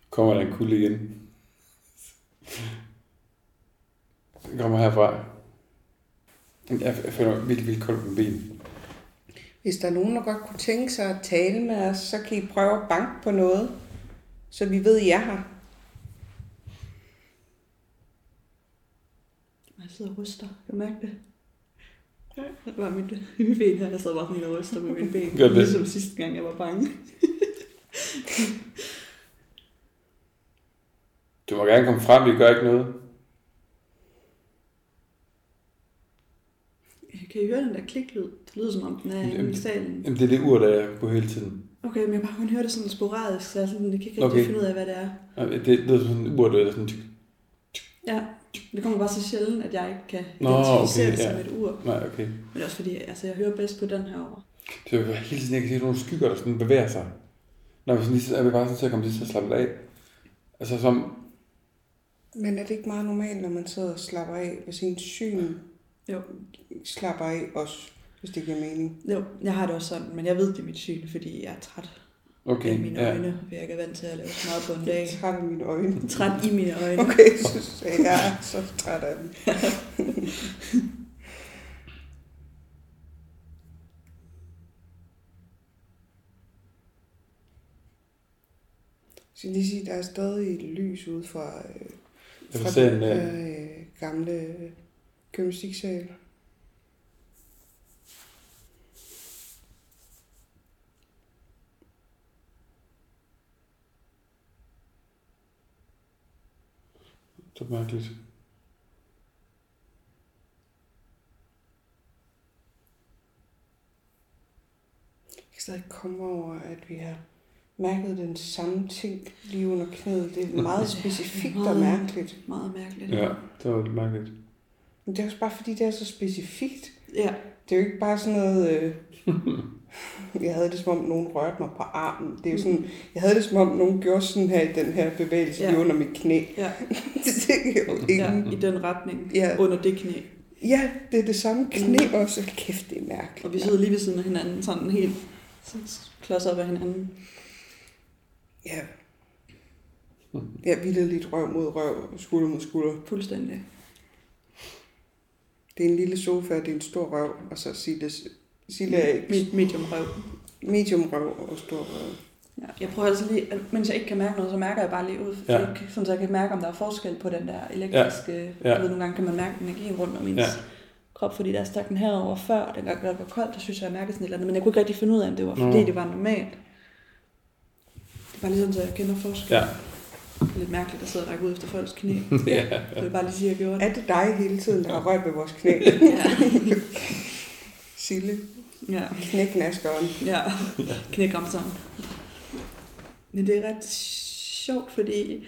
Kommer der en kulde igen. Den kommer herfra. Jeg, jeg føler mig vildt, vildt kold på benene. Hvis der er nogen, der godt kunne tænke sig at tale med os, så kan I prøve at banke på noget, så vi ved, at I er her. Jeg sidder og ryster. Kan du mærke det? Det var mit, mit ben her, der sad bare sådan lidt og ryster med mit ben. Gør det. Ligesom sidste gang, jeg var bange. Du må gerne komme frem, vi gør ikke noget. Kan I høre den der kliklyd? Det lyder som om, den er inde i Jamen. salen. Jamen, det er det ur, der er på hele tiden. Okay, men jeg kan bare kun høre det sådan sporadisk, så jeg, er sådan, jeg kan ikke rigtig Okay. finde ud af, hvad det er. Nej, Det det lyder som et ur, der er sådan tyk. Ja, det kommer bare så sjældent, at jeg ikke kan Nå, okay, identificere det som ja. et ur. Nej, okay. Men det er også fordi, altså, jeg hører bedst på den her over. Det er jo hele tiden, jeg kan se nogle skygger, der sådan bevæger sig. Når vi sådan lige sidder, er vi bare sådan til at komme til at slappe af. Altså som, Men er det ikke meget normalt, når man sidder og slapper af, hvis ens syn Jo. slapper af også, hvis det giver mening? Jo, jeg har det også sådan, men jeg ved det er mit syn, fordi jeg er træt okay, af okay, mine ja. øjne, fordi jeg ikke er vant til at lave så meget på en Jeg dag. er træt af mine øjne. Træt i mine øjne. Okay. Okay, så sagde jeg, jeg er så træt af dem. Jeg skal lige sige, der er stadig lys ude fra, øh, Jeg fra får se en, den øh, øh, gamle øh, gymnastiksal. det er mærkeligt. Jeg kan stadig komme over, at vi har mærket den samme ting lige under knæet. Det er meget specifikt og mærkeligt. Meget mærkeligt. Ja, det var lidt mærkeligt. Men det er også bare fordi, det er så specifikt. ja. Det er jo ikke bare sådan noget... Øh... Jeg havde det som om, nogen rørte mig på armen. Det er jo sådan, jeg havde det som om, nogen gjorde sådan her i den her bevægelse Ja. ja. lige under mit knæ. Ja. det er jo ja, ingen... i den retning, Ja. under det knæ. Ja, det er det samme knæ også. Kæft, det er mærkeligt. Mm. Og vi sidder lige ved siden af hinanden, sådan helt sådan klods op af hinanden. Ja. Ja, vi er lidt røv mod røv, skulder mod skulder. Fuldstændig. Det er en lille sofa, det er en stor røv, og så Sille, Sille er ikke Mit medium røv. medium røv og stor røv. Ja, jeg prøver altså lige, at mens jeg ikke kan mærke noget, så mærker jeg bare lige ud, Ja. ja. sådan så jeg kan mærke, om der er forskel på den der elektriske, ja. Ja. Ja. ved nogle gange kan man mærke energien rundt om ens Ja. ja. krop, fordi der stak den herover før, og dengang der var koldt, der synes jeg, jeg mærkede sådan et eller andet, men jeg kunne ikke rigtig finde ud af, om det var, fordi Nå. det var normalt. Det er bare ligesom, så jeg kender forskel. Ja. Det er lidt mærkeligt at sidde og række ud efter folks knæ. ja. Jeg vil bare lige sige, at jeg gjorde det. Er det dig hele tiden, der har rørt ved vores knæ? Ja. Sille, ja. knæknaskeren. Ja, knæk om sammen. Men det er ret sjovt, fordi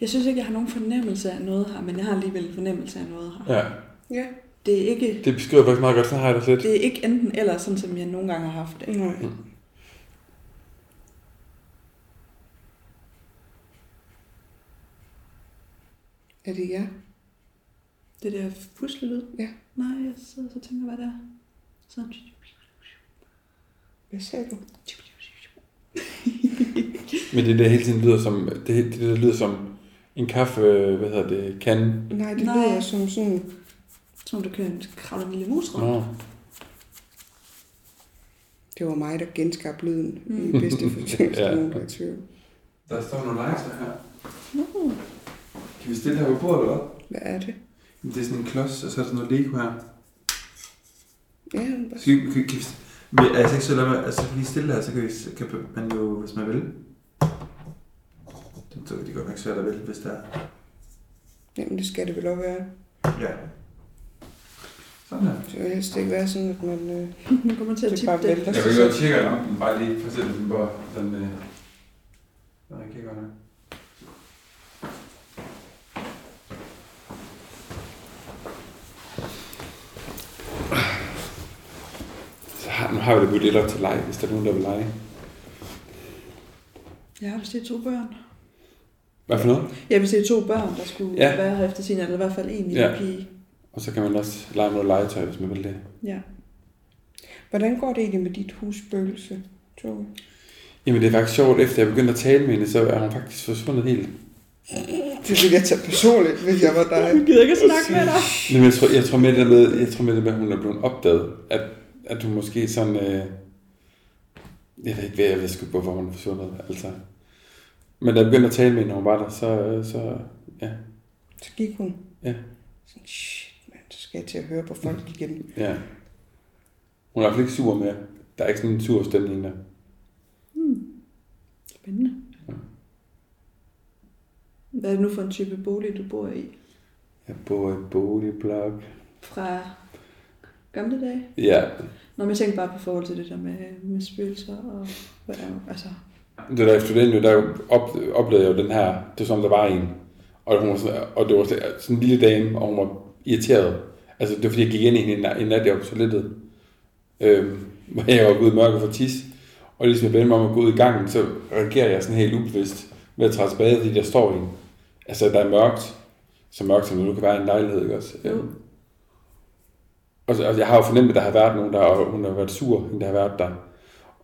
jeg synes ikke, jeg har nogen fornemmelse af noget her, men jeg har alligevel en fornemmelse af noget her. ja. Ja. Det er ikke, Det beskriver faktisk meget godt, sådan har jeg det også lidt. det er ikke enten eller, sådan som jeg nogle gange har haft det. Nej. Er det jer? Det der puslelyd. Ja. Nej, jeg sidder og så tænker, hvad det er. Sådan. Hvad sagde du? Men det der hele tiden lyder som, det, det der lyder som en kaffe, hvad hedder det, kan. Nej, det Nej. lyder som sådan... Som om du kører en kravler en lille mus rundt. Nå, Det var mig, der genskabte lyden mm. i bedste forsøg, Ja. ja. nogen der er i tvivl. Der står nogle lejser her. Nå. Kan vi stille det her på bordet, eller hvad? Hvad er det? Jamen, Det er sådan en klods, og så er der sådan noget Lego her. Ja, hvad? Skal vi, kan, kan vi, vi, altså ikke så lad mig, altså kan vi stille det her, så kan, vi, så kan man jo, hvis man vil. Det, det er godt nok svært at vælge, hvis der er. Jamen, det skal det vel også være. Ja. Sådan her. Det skal jo helst ikke være sådan, at man... Øh, Nu kommer til Det at er tippe bare det. vælter. Jeg vil godt tjekke den om, bare lige for at se, om den bare, den, øh, den er rigtig godt nok. Så har, nu har vi det budt lidt op til leg, hvis der er nogen, der vil lege. Ja, hvis det er to børn. Hvad for noget? Ja, hvis det er to børn, der skulle Ja. ja. være her efter sin, eller i hvert fald en lille Ja. ja. pige. Og så kan man også lege med noget legetøj, hvis man vil det. Ja. hvordan går det egentlig med dit husspøgelse, Tove? Jamen det er faktisk sjovt, efter jeg begyndte at tale med hende, så er hun faktisk forsvundet helt. Det ville jeg tage personligt, hvis jeg var dig. Jeg gider ikke at snakke med dig. Men jeg tror, jeg tror med det der med, jeg tror med det der med, at hun er blevet opdaget, at at du måske sådan... Øh, jeg ved ikke, hvad jeg ved sgu på, hvor hun forsvundet. Altså. Men da jeg begyndte at tale med hende, når hun var der, så, øh, så ja, Så gik hun. Ja. Mm. Sådan, shit, mand, så skal jeg til at høre på folk igen. ja. Hun er i hvert fald ikke sur mere. Der er ikke sådan en sur stemning der. Hmm. Spændende. Hvad er det nu for en type bolig, du bor i? Jeg bor i boligblok. Fra gamle dage? Ja, Nå, men jeg tænkte bare på forhold til det der med, med spøgelser og hvad der er. Altså, Det der studerende, der op, oplevede jeg jo den her, det var som om der var en, og, hun var sådan, og det var sådan sådan en lille dame, og hun var irriteret. Altså det var fordi, jeg gik ind i hende en nat, jeg var på toilettet, øhm, hvor jeg var gået i mørke for tis, og ligesom jeg vendte mig om at gå ud i gangen, så reagerer jeg sådan helt ubevidst ved at træde tilbage, fordi der står en. Altså der er mørkt, så mørkt som det nu kan være i en lejlighed, ikke også? Jo. Øhm, Og, så, og jeg har jo fornemt, at der har været nogen der, og hun har været sur, hende der har været der.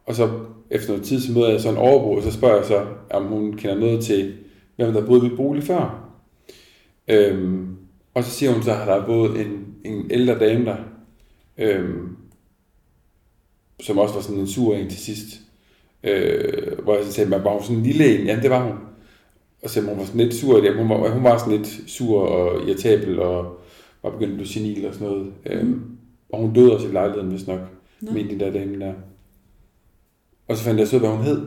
Og så efter noget tid, så møder jeg så en overbo, og så spørger jeg så, om hun kender noget til, hvem der boede i min bolig før. Øhm, og så siger hun så, at der er boet en, en ældre dame der, øhm, som også var sådan en sur en til sidst. Øh, hvor jeg så sagde, "Men var hun sådan en lille en? Jamen, det var hun. Og så hun var sådan lidt sur. Jamen, hun, var, hun var sådan lidt sur og irritabel og var begyndt at blive senil og sådan noget. Øhm, Og hun døde også i lejligheden, hvis nok, Nå. no. mente den der dame der. Og så fandt jeg så ud af, hvad hun hed.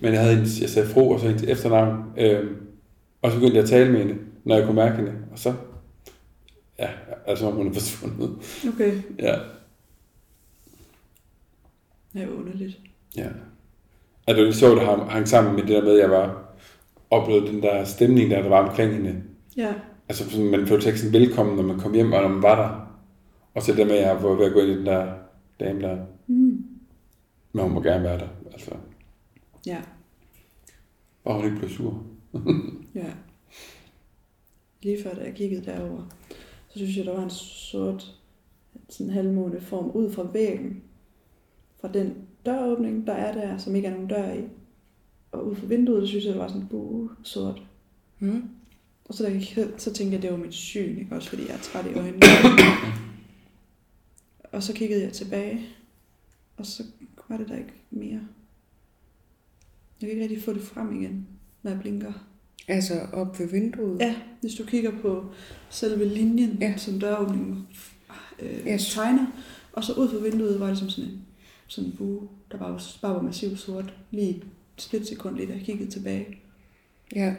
Men jeg havde hendes, jeg sagde fro, og så hendes efternavn. Øhm, og så begyndte jeg at tale med hende, når jeg kunne mærke hende. Og så, ja, altså om hun er forsvundet. okay. Ja, Det er jo underligt. ja. Og det var lidt sjovt, at hang, hang sammen med det der med, at jeg var oplevede den der stemning, der, der var omkring hende. Ja, Altså, sådan, man følte sig ikke sådan velkommen, når man kom hjem, og når man var der. Og så det der med, at jeg var ved at gå ind i den der dame der. Mm. Men hun må gerne være der, altså. ja, Og hun ikke blev sur. ja. Lige før, da jeg kiggede derover, så synes jeg, der var en sort sådan halvmåne form ud fra væggen. Fra den døråbning, der er der, som ikke er nogen dør i. Og ud fra vinduet, der synes jeg, der var sådan en bue sort. Mm. Og så, da jeg gik hen, så tænkte jeg, det var mit syn, ikke? også fordi jeg er træt i øjnene. og så kiggede jeg tilbage, og så var det der ikke mere. Jeg kan ikke rigtig få det frem igen, når jeg blinker. Altså op ved vinduet. Ja, hvis du kigger på selve linjen, ja. Ja. som døråbningen øh, yes. Yes. tegner, og så ud for vinduet var det som sådan en, sådan en bue, der bare var, bare var massivt sort, lige et splitsekund lige, da jeg kiggede tilbage. ja.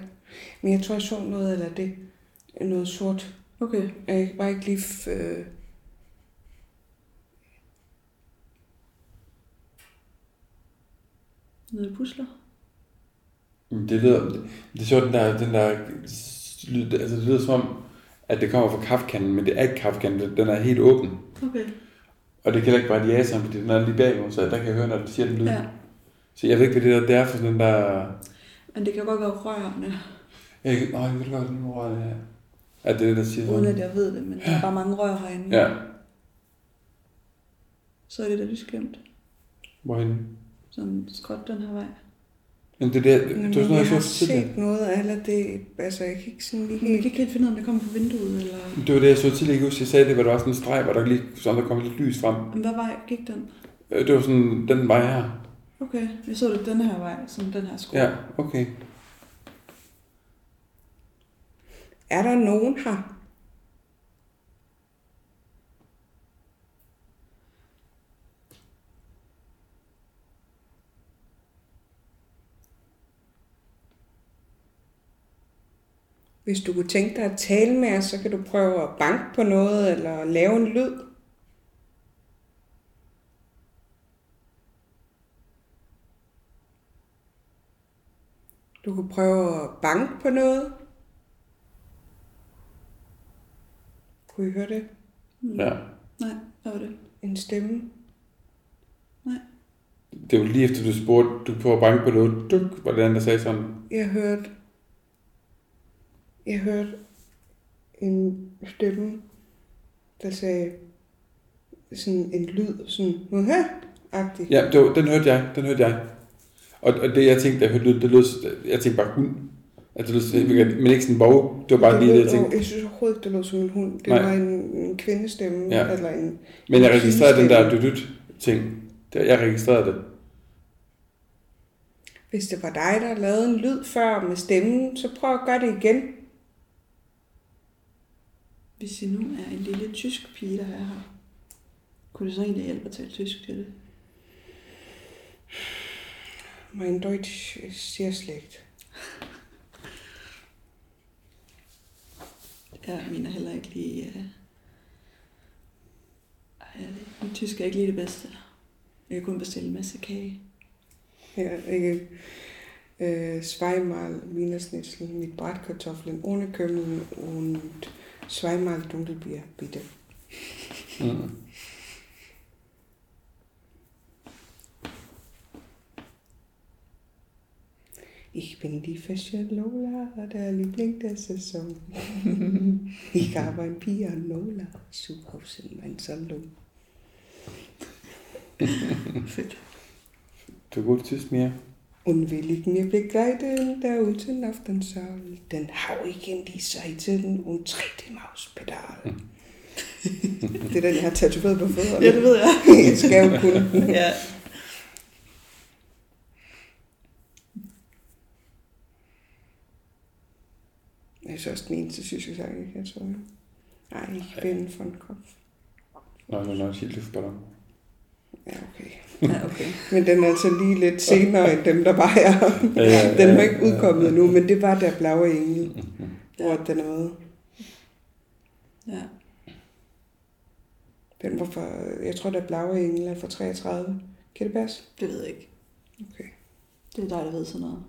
Men jeg tror, jeg så noget eller det. Noget sort. Okay, Jeg kan bare ikke lige... F- øh... noget pusler. Men Det lyder, det er sjovt, den der, den der lyd, altså det lyder som om, at det kommer fra kaffekanden, men det er ikke kaffekanden, den- den er helt åben. Okay, Og det kan heller ikke være radiatoren, fordi den er lige bag mig, så der kan jeg høre, når den siger den lyd. ja. Så jeg ved ikke, hvad det der det er for sådan den der... Men det kan godt være rørende, Jeg, åh, jeg ved godt, den mor er... Er det det, der siger uden sådan? at jeg ved det, men der er bare mange rør herinde. Ja, Så er det da lysglemt. hvorhen? Sådan skråt den her vej. Jamen det der, det var Jamen, sådan noget, jeg jeg, har så tidligere. set noget eller det. Altså, jeg kan ikke sådan lige Men jeg helt... kan ikke helt finde ud af, om det kommer fra vinduet, eller... Det var det, jeg så tidligere, jeg kan huske, jeg sagde det, hvor der var sådan en streg, hvor der lige, sådan, der kom lidt lys frem. Men hvad vej gik den? Øh, Det var sådan, den vej her. Okay, jeg så det den her vej, som den her skråt. Ja, okay. Er der nogen her? Hvis du kunne tænke dig at tale med os, så kan du prøve at banke på noget eller lave en lyd. Du kan prøve at banke på noget. Kunne I høre det? Ja. Nej, hvad var det? En stemme. Det var lige efter, du spurgte, du prøver at banke på noget, duk, var det den, der sagde sådan, Jeg hørte... Jeg hørte en stemme, der sagde sådan en lyd, sådan nu her agtigt Ja, det var, den hørte jeg, den hørte jeg. Og, og det, jeg tænkte, da jeg hørte lyd, det lød, jeg tænkte bare hund. Altså, det lød, men ikke sådan en bog, det var bare lige det, jeg tænkte. jeg synes overhovedet ikke, det lød som en hund. Det Nej. var en, en kvindestemme, Ja. eller en... Men jeg registrerede den der dydyt, ting. Der, jeg registrerede det. Hvis det var dig, der lavede en lyd før med stemmen, så prøv at gøre det igen. Hvis I nu er en lille tysk pige, der er her, kunne det så egentlig hjælpe at tale tysk til det? Mein Deutsch ist sehr schlecht. Jeg mener heller ikke lige... Øh... Ej, jeg ved ikke. Mit tysk er ikke lige det bedste. Jeg kan kun bestille en masse kage. Ja, ikke? Äh, zweimal Wienerschnitzel mit Bratkartoffeln ohne Kümmel und zweimal Dunkelbier, bitte. Mm. Ich bin die Fische Lola, der Liebling der Saison. ich habe ein Pianola zu Hause in meinem Salon. Fedt. Du er god til tysk mere. Und will ich mir begleiten da unten auf den Saal, dann hau ich in die Seiten und tritt im Mauspedal. det er den, jeg har tatoveret på fødderne. Ja, det ved jeg. jeg skal jo kunne den. ja. Jeg er så også den eneste tyske sang, jeg kan tror jeg. Nej, ikke Ben von Kopf. Nå, nu er Schildluftballon. Ja, okay. ja, okay. Men den er altså lige lidt senere end dem, der var her. Ja, ja, Den var ja, ikke udkommet endnu, men det var der Blaue Engel, hvor den er med. Ja. Den var fra, jeg tror, der Blaue Engel er fra 33. Kan det passe? Det ved jeg ikke. Okay. Det er dig, der ved sådan noget.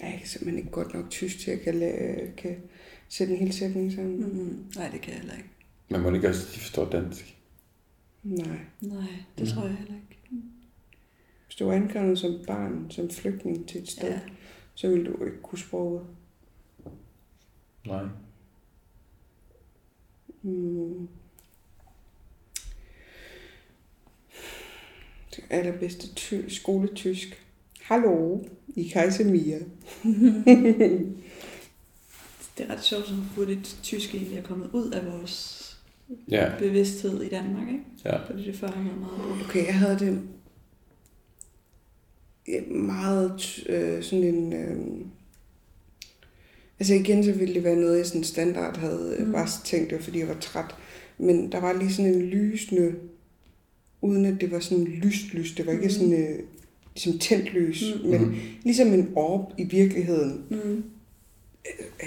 Ja, Jeg kan simpelthen ikke godt nok tysk til, at jeg kan, la- kan sætte en hel sætning sammen. Mm. Mm-hmm. Nej, det kan jeg heller ikke. Man må ikke også, de forstår dansk. Nej. Nej, det tror jeg heller ikke. Hvis du var ankommet som barn, som flygtning til et sted, Ja. ja. så ville du ikke kunne sproget. Nej. Mm. Det allerbedste ty- skoletysk. Hallo, I kejser Mia. Det er ret sjovt, så hurtigt tysk egentlig er kommet ud af vores Ja, bevidsthed i Danmark, ikke? ja. Fordi det før har været meget brugt. Okay, jeg havde det ja, meget t- øh, sådan en... Øh, altså igen, så ville det være noget, jeg sådan standard havde Mm. mm. bare tænkt, det var, fordi jeg var træt. Men der var lige sådan en lysende, uden at det var sådan lyst lys. Det var ikke Mm. sådan øh, ligesom tændt lys, mm. Mm. men ligesom en orb i virkeligheden. Øh, Mm.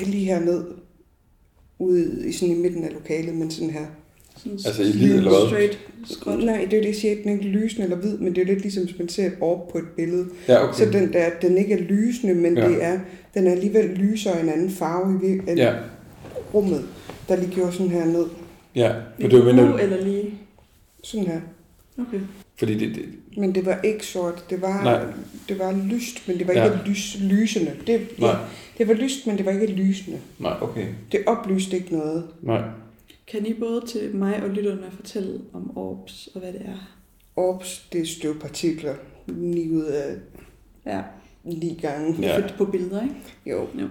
lige herned, ude i, sådan i midten af lokalet, men sådan her. Sådan Altså i lid, eller hvad? Straight, skråt. Nej, det er jo det, jeg siger, at den ikke er lysende eller hvid, men det er jo lidt ligesom, hvis man ser et orb på et billede. Ja, Okay. Så okay. den der, den ikke er lysende, men Ja. ja. det er, den er alligevel lysere en anden farve i vir- ja. Ja, rummet, der lige gjorde sådan her ned. ja. Men det var mindre, Eller lige. Sådan her. Okay. fordi det, det, Men det var ikke sort, det var, Nej. det var lyst, men det var Ja. ikke lys, lysende. Det, Nej. det var lyst, men det var ikke lysende. nej, okay. Det oplyste ikke noget. Nej. Kan I både til mig og lytterne fortælle om orbs og hvad det er? Orbs, det er støvpartikler. 9 ud af Ja. 9 gange. Ja. Fedt på billeder, ikke? Jo. Jo.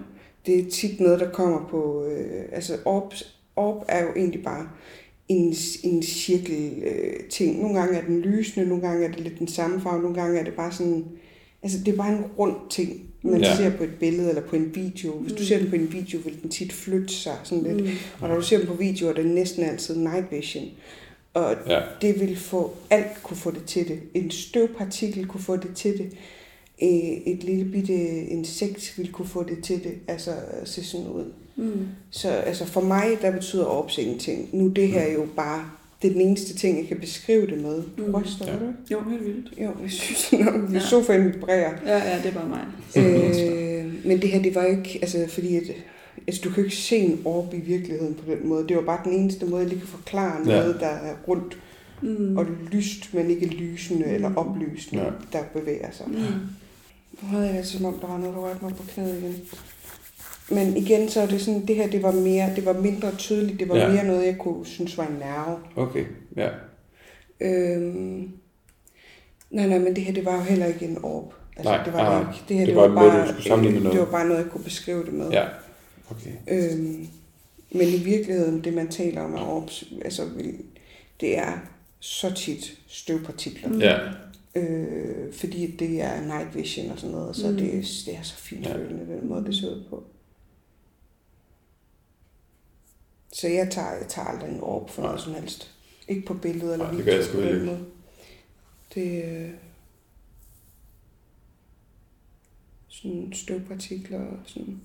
Det er tit noget, der kommer på... Øh, altså, orb, orb er jo egentlig bare en, en cirkel øh, ting. Nogle gange er den lysende, nogle gange er det lidt den samme farve, nogle gange er det bare sådan... Altså, det er bare en rund ting, man Ja. ja. ser på et billede eller på en video. Hvis du Mm. ser den på en video, vil den tit flytte sig sådan lidt. Mm. Og når du ser den på video, er det næsten altid night vision. Og Ja. det vil få, alt kunne få det til det. En støvpartikel kunne få det til det. Øh, Et lille bitte insekt ville kunne få det til det, altså at se sådan ud. Mm. Så altså for mig, der betyder ops ingenting. Nu er det her jo bare det er den eneste ting, jeg kan beskrive det med. Mm. Du ryster, Ja. ja. du? ikke? Jo, helt vildt. Jo, jeg synes, at Ja. ja. sofaen vibrerer. Ja, ja, det er bare mig. Øh, men det her, det var jo ikke, altså fordi at, altså du kan jo ikke se en orb i virkeligheden på den måde. Det var bare den eneste måde, jeg lige kan forklare Ja. noget, der er rundt Mm. og lyst, men ikke lysende Mm. eller oplysende, Ja. der bevæger sig. Mm. Nu havde jeg det, som om der var noget, der rørte mig på knæet igen. Men igen, så er det sådan, det her, det var, mere, det var mindre tydeligt. Det var Ja. mere noget, jeg kunne synes var en nerve. Okay, ja. Øhm, nej, nej, men det her, det var jo heller ikke en orb. Altså, Nej, det var det nej. ikke. Det her, Det det, var, var en måde, du bare, øh, skulle sammenligne med noget. det var bare noget, jeg kunne beskrive det med. Ja. Okay. Øhm, men i virkeligheden, det man taler om er orbs, altså vil- det er så tit støvpartikler. Ja. Øh, fordi det er night vision og sådan noget, så mm. det, det er så fint Ja. følende, den måde det ser ud på. Så jeg tager, jeg tager aldrig en orb for noget som helst. Ikke på billeder eller Nej, det gør jeg sgu på den ikke. måde. Det øh, er sådan støvpartikler og sådan.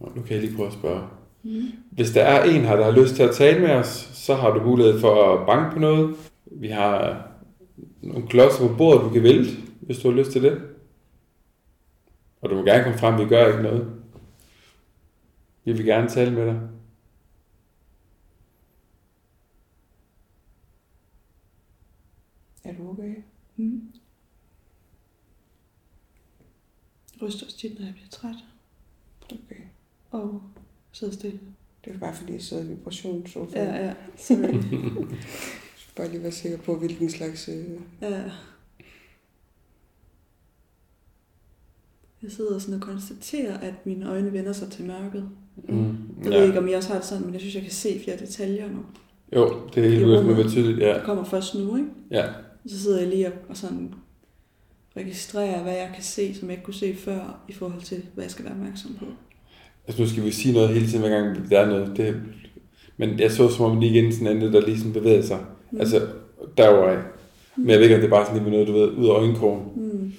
Nå, Nu kan jeg lige prøve at spørge. Mm. Hvis der er en her, der har lyst til at tale med os, så har du mulighed for at banke på noget. Vi har nogle klodser på bordet, du kan vælte, hvis du har lyst til det. Og du må gerne komme frem, vi gør ikke noget. Vi vil gerne tale med dig. Er du okay? Mm. Jeg ryster også tit, når jeg bliver træt Okay. og sidder stille. Det er bare fordi, jeg sidder i vibrationssofaen. Ja, ja. Sorry. skal bare lige være sikker på, hvilken slags... Øh... Ja. Jeg sidder sådan og konstaterer, at mine øjne vender sig til mørket. Mm. Jeg ja. ved ikke, om jeg også har det sådan, men jeg synes, jeg kan se flere detaljer nu. Jo, det er helt Jo. begyndt med at være tydeligt. Ja. Det kommer først nu, ikke? Ja. Så sidder jeg lige og- og sådan registrerer, hvad jeg kan se, som jeg ikke kunne se før, i forhold til, hvad jeg skal være opmærksom på. Altså nu skal vi sige noget hele tiden, hver gang der er noget. Det... Men jeg så som om lige igen sådan andet, der lige sådan bevægede sig. Mm. Altså, der var jeg. Men jeg ved ikke, om det er bare sådan lige med noget, du ved, ud af øjenkogen. Mm.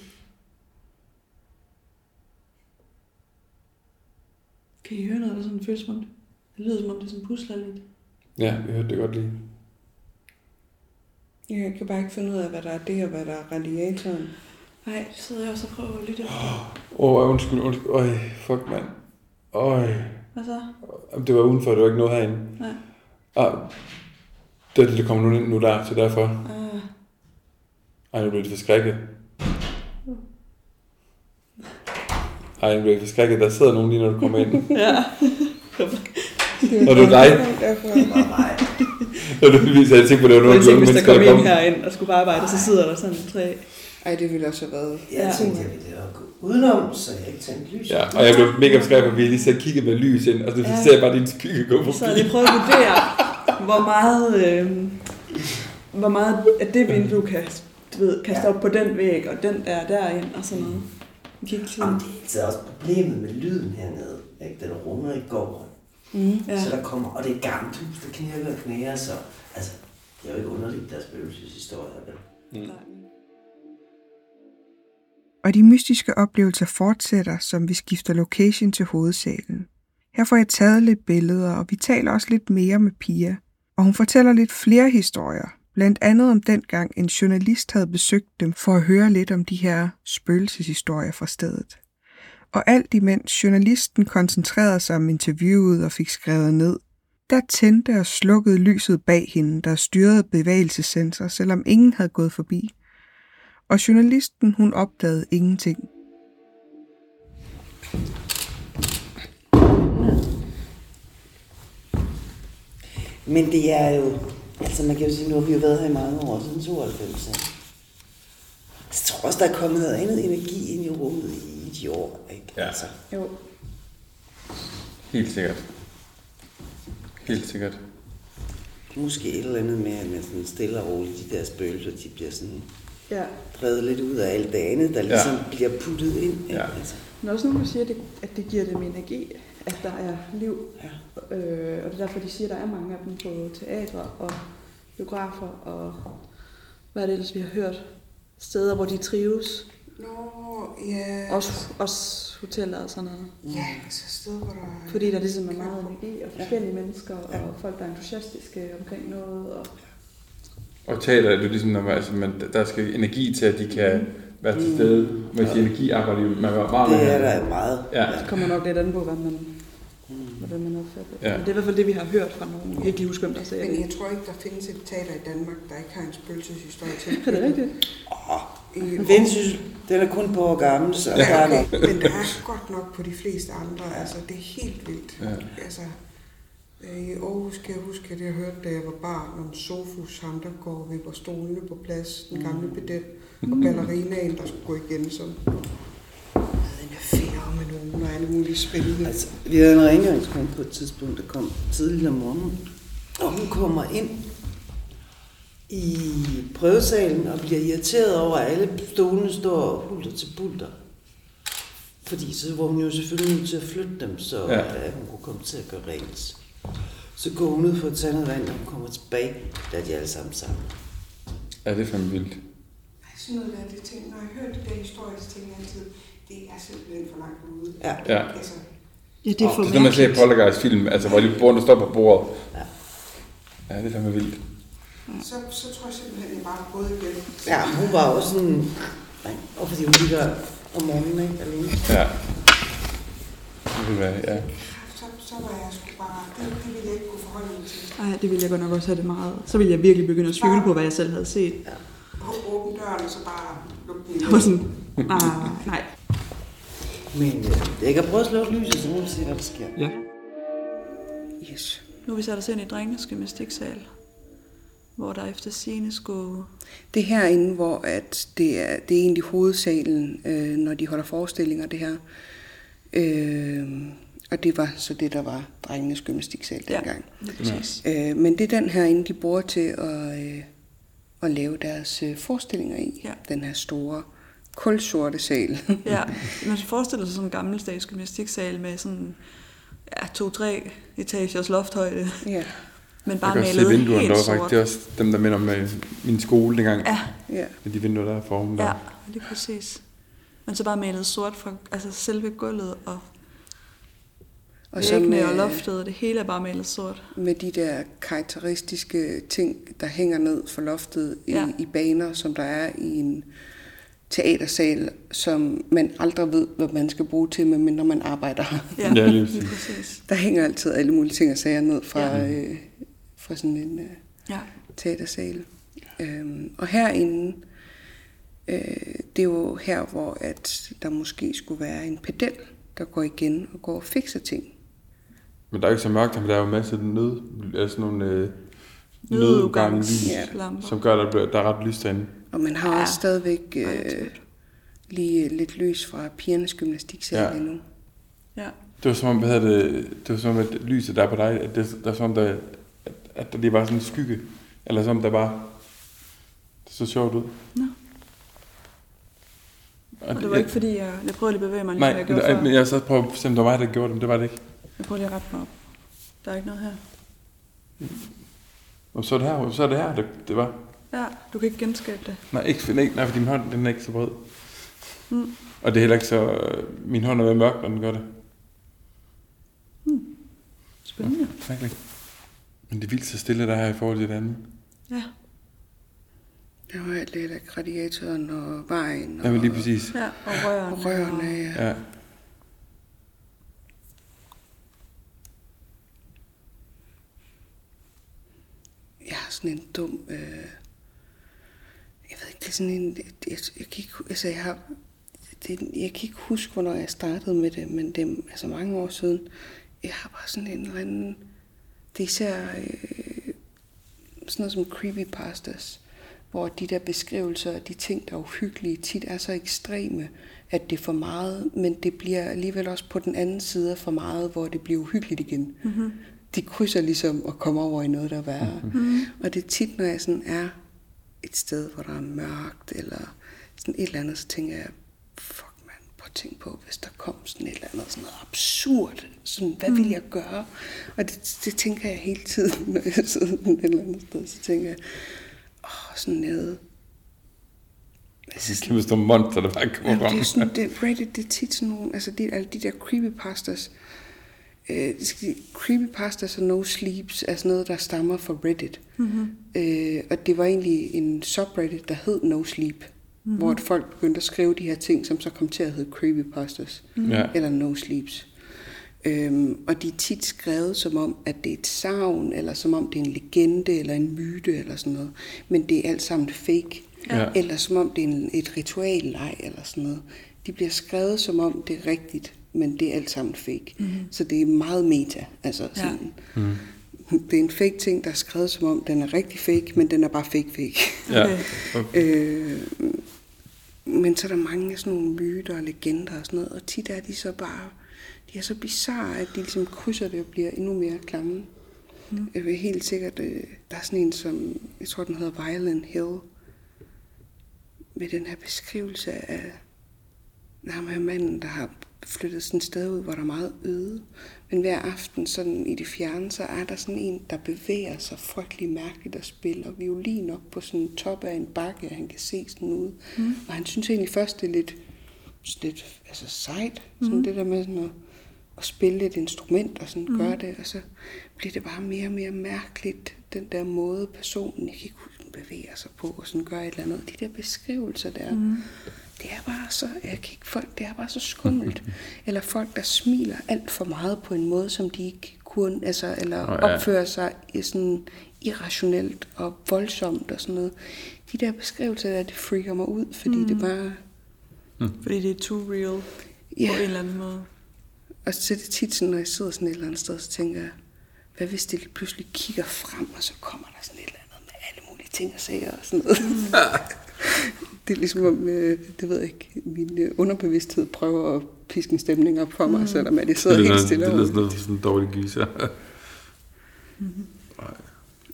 Kan I høre noget, der sådan føles som om det? Det lyder som om, det sådan pusler lidt. Ja, vi hørte det godt lige. Ja, Jeg kan bare ikke finde ud af, hvad der er det, og hvad der er radiatoren. Nej, så sidder jeg også og prøver at lytte efter. Åh, oh, undskyld, undskyld. Øj, fuck, mand. Øj. Hvad så? Jamen, Det var udenfor, det var ikke noget herinde. Nej. Ah, det er det, der kommer nu ind nu der, så derfor. Ah. Ej, nu blev det forskrækket. Ej, nu blev jeg forskrækket. Der sidder nogen lige, når du kommer ind. Ja. Det Og det er dig. Derfor. Bare mig. Og du viser, jeg tænkte på, at det var Jeg nogle af de tænkte, unge hvis der mennesker, kom der kom. en herind og skulle bare arbejde, så sidder der sådan tre. Ej, det ville også have været... Jeg tænkte, jeg ville da gå udenom, så jeg ikke tændte lys. Ja, og jeg blev mega forskrækket, for vi lige sad og kiggede med lys ind, og så Ja. ser jeg bare din skygge gå Så forbi. jeg lige prøvet at vurdere, hvor meget, øh, hvor meget af det vindue kan du ved, kaste op på den væg, og den der derind og sådan noget. Ah, Jeg kan ikke sådan. Jamen, det er også problemet med lyden hernede. Ikke? Den runger i gården. Ja. Ja. Så der kommer, og det er et gammelt hus, der knirker og knæger, så altså, det er jo ikke underligt, deres spøgelseshistorie. vel? og de mystiske oplevelser fortsætter, som vi skifter location til hovedsalen. Her får jeg taget lidt billeder, og vi taler også lidt mere med Pia, og hun fortæller lidt flere historier, blandt andet om dengang en journalist havde besøgt dem for at høre lidt om de her spøgelseshistorier fra stedet. Og alt imens journalisten koncentrerede sig om interviewet og fik skrevet ned, der tændte og slukkede lyset bag hende, der styrede bevægelsessensor, selvom ingen havde gået forbi og journalisten hun opdagede ingenting. Men det er jo, altså man kan jo sige, nu har vi jo været her i mange år, siden 92. ikke? Så jeg tror også, der er kommet noget andet energi ind i rummet i de år, ikke? Ja. Altså, Jo. Helt sikkert. Helt sikkert. måske et eller andet med, at man sådan stille og roligt, de der spøgelser, de bliver sådan Ja. drevet lidt ud af alt det andet, der ligesom ja. bliver puttet ind. Ikke? Ja. Altså, Men også nogen, der siger, at det, at det giver dem energi, at der er liv. Ja. Øh, og det er derfor, de siger, at der er mange af dem på teatre og biografer og hvad er det ellers, vi har hørt? Steder, hvor de trives. Nå, ja... Også, også hoteller og sådan noget. Ja, så et sted, hvor der er... Fordi der ligesom er meget energi og forskellige mennesker og folk, der er entusiastiske omkring noget. Og, Og taler er det jo ligesom, når man, altså, man, der skal energi til, at de kan være til stede. Man siger energi arbejder jo- man var meget Mm. det er med. der meget. Ja. det kommer nok lidt an på, hvad man, hvordan man opfatter det. Ja. Men det er i hvert fald det, vi har hørt fra nogen. Jeg kan ikke lige huske, hvem der sagde Men det. jeg tror ikke, der findes et teater i Danmark, der ikke har en spøgelseshistorie til. Er det rigtigt? I- Vendsyssel, den er kun på år gammel, så der Ja, er okay. noget. Men der er godt nok på de fleste andre. Altså, det er helt vildt. Ja. Altså, øh, i Aarhus kan jeg huske, at jeg hørte, da jeg var barn, om Sofus, ham der går og vipper stolene på plads, den Mm. gamle pedel, og ballerinaen, der skulle gå igen, som havde en affære med nogen og alle mulige spændende. Altså, vi havde en rengøringskone på et tidspunkt, der kom tidligt om morgenen, og hun kommer ind i prøvesalen og bliver irriteret over, at alle stolene står hulter til bulter. Fordi så var hun jo selvfølgelig nødt til at flytte dem, så Ja. ja. at hun kunne komme til at gøre rent. Så går hun ud for at tage noget vand, og hun kommer tilbage, der er de alle sammen sammen. Ja, det er fandme vildt. Ej, sådan noget der, det ting. Når jeg hører de der historier, så tænker jeg altid, det er simpelthen for langt ude. Ja. Ja. Altså, Ja, det Det er er for sådan, man ser i Poltergeist film, altså hvor lige bordet står på bordet. Ja. Ja, det er fandme vildt. så, så tror jeg simpelthen, jeg bare er gået igen. Ja, men hun var også sådan... Nej, og fordi hun ligger om morgenen, ikke? Alene. Ja. Det vil være, ja. Så, så var jeg sgu bare, det, det ville jeg ikke kunne forholde mig til. Ej, det ville jeg godt nok også have det meget. Så ville jeg virkelig begynde at tvivle på, hvad jeg selv havde set. Åb- Åbne døren, og så bare lukke den. Jeg var sådan, ah, nej. Men øh, jeg kan prøve at slukke lyset, så må vi se, hvad der sker. Ja. Yes. Nu er vi sat os ind i drengenes gymnastiksal, hvor der efter scene skulle... Det er herinde, hvor at det, er, det er egentlig hovedsalen, øh, når de holder forestillinger, det her. Øh, og det var så det, der var drengenes gymnastiksal Ja. dengang. Præcis. Ja. Øh, men det er den her inde, de bruger til at, øh, at lave deres øh, forestillinger i. Ja. Den her store, kulsorte sal. Ja, man forestiller sig sådan en gammeldags gymnastiksal med sådan ja, to-tre etagers lofthøjde, ja. men Jeg bare kan også se malet vinduerne helt der faktisk. sort. Det er også dem, der minder om øh, min skole dengang. Ja, ja. Med de vinduer, der er formet der. ja, lige præcis. Men så bare malet sort fra altså selve gulvet og Og øh, så væggene med, øh, og loftet, det hele er bare malet sort. med de der karakteristiske ting, der hænger ned for loftet i, Ja. ja. i baner, som der er i en teatersal, som man aldrig ved, hvad man skal bruge til, medmindre man arbejder her. Ja, lige præcis. lige præcis. Der hænger altid alle mulige ting og sager ned fra, Ja. ja. øh, fra sådan en øh, Ja, teatersal. Øhm, og herinde, øh, det er jo her, hvor at der måske skulle være en pedel, der går igen og går og fikser ting. Men der er ikke så mørkt, men der er jo masser af nød, altså nogle øh, nødudgange lys, Nødudgangs- lamper. som gør, at der, bliver- der er ret lyst derinde. Og man har Ja. ja. også stadigvæk Ej, hvor øh, skønt. lige øh, lidt lys fra pigernes gymnastiksal Ja. ja. endnu. ja. Det var som om, hvad hedder det, det var som om, at lyset der er på dig, at det, der er som om, der, at, at der lige var sådan en skygge, eller som om, der bare, det så sjovt ud. Nå. Og det var ikke jeg, fordi, jeg, jeg prøvede lige at bevæge mig, ligesom Nej, Nej, jeg gjorde jeg, men før. jeg så prøvede at bestemme, det var mig, der gjorde det, men det var det ikke. Jeg prøvede lige at rette mig op. Der er ikke noget her. Og så er det her, så er det her, det, det var. Ja, du kan ikke genskabe det. Nej, ikke, nej, nej, fordi min hånd, den er ikke så bred. Mm. Og det er heller ikke så, øh, min hånd er mere mørk, når den gør det. Spændende. Mm. Virkelig. Men det er vildt så stille, der er her i forhold til det andet. Ja, Der var alt lidt af radiatoren og vejen og, Jamen lige præcis. ja. og rørene. og rørene. og- Ja. Ja. Jeg har sådan en dum... Øh, jeg ved ikke, det er sådan en... Jeg, jeg kan ikke, hu- altså, jeg har... Det, jeg kan ikke huske, hvornår jeg startede med det, men det er altså mange år siden. Jeg har bare sådan en eller anden... Det er især øh, sådan noget som creepypastas, hvor de der beskrivelser og de ting, der er uhyggelige, tit er så ekstreme, at det er for meget, men det bliver alligevel også på den anden side af for meget, hvor det bliver uhyggeligt igen. Mm-hmm. De krydser ligesom og kommer over i noget, der er værre. Mm-hmm. Og det er tit, når jeg sådan er et sted, hvor der er mørkt, eller sådan et eller andet, så tænker jeg, fuck mand, prøv at tænke på, hvis der kom sådan et eller andet sådan noget absurd, sådan, hvad ville jeg gøre? Og det, det tænker jeg hele tiden, når jeg sidder sådan et eller andet sted, så tænker jeg, åh, oh, sådan noget. Det Altså, er kæmpe store monster, der bare kommer Jamen, det er frem. sådan, det, Reddit, det er tit sådan nogle, altså det, alle de der creepypastas, øh, det skal sige, creepypastas og no sleeps er sådan noget, der stammer fra Reddit. Mm-hmm. Øh, og det var egentlig en subreddit, der hed no sleep, mm-hmm. hvor at folk begyndte at skrive de her ting, som så kom til at hedde creepypastas Ja. eller no sleeps. Øhm, og de er tit skrevet som om, at det er et savn, eller som om det er en legende, eller en myte, eller sådan noget. Men det er alt sammen fake. Ja. Eller som om det er en, et rituallej, eller sådan noget. De bliver skrevet som om det er rigtigt, men det er alt sammen fake. Mm-hmm. Så det er meget meta. Altså sådan. Mm. Det er en fake ting, der er skrevet som om, den er rigtig fake, men den er bare fake fake. Ja. Okay. Øh, men så er der mange af sådan nogle myter og legender og sådan noget, og tit er de så bare, de er så bizarre, at de ligesom krydser det og bliver endnu mere klamme. nu. Jeg vil helt sikkert, øh, der er sådan en som, jeg tror den hedder Violent Hill, med den her beskrivelse af ham her manden, der har flyttet sådan et sted ud, hvor der er meget øde. Men hver aften sådan i det fjerne, så er der sådan en, der bevæger sig frygtelig mærkeligt og spiller violin op på sådan en top af en bakke, og han kan se sådan ud. Mm. Og han synes egentlig først, det er lidt, sådan lidt altså sejt, sådan mm. det der med sådan at, at spille et instrument og sådan mm. gøre det, og så bliver det bare mere og mere mærkeligt, den der måde personen, jeg kan ikke huske, den bevæger sig på og sådan gør et eller andet. De der beskrivelser der, mm. det er bare så, jeg kan ikke, folk, det er bare så skummelt. eller folk, der smiler alt for meget på en måde, som de ikke kunne, altså, eller Åh, oh, ja. ja. opfører sig i sådan irrationelt og voldsomt og sådan noget. De der beskrivelser der, det freaker mig ud, fordi mm. det bare, Fordi det er too real ja. på en eller anden måde. Og så er det tit sådan, når jeg sidder sådan et eller andet sted, så tænker jeg, hvad hvis det lige pludselig kigger frem, og så kommer der sådan et eller andet med alle mulige ting og sager og sådan noget. det er ligesom om, øh, det ved jeg ikke, min øh, underbevidsthed prøver at piske en stemning op for mig, mm. selvom at jeg sidder lyder, helt stille det lyder sådan over. noget for sådan en dårlig gyser.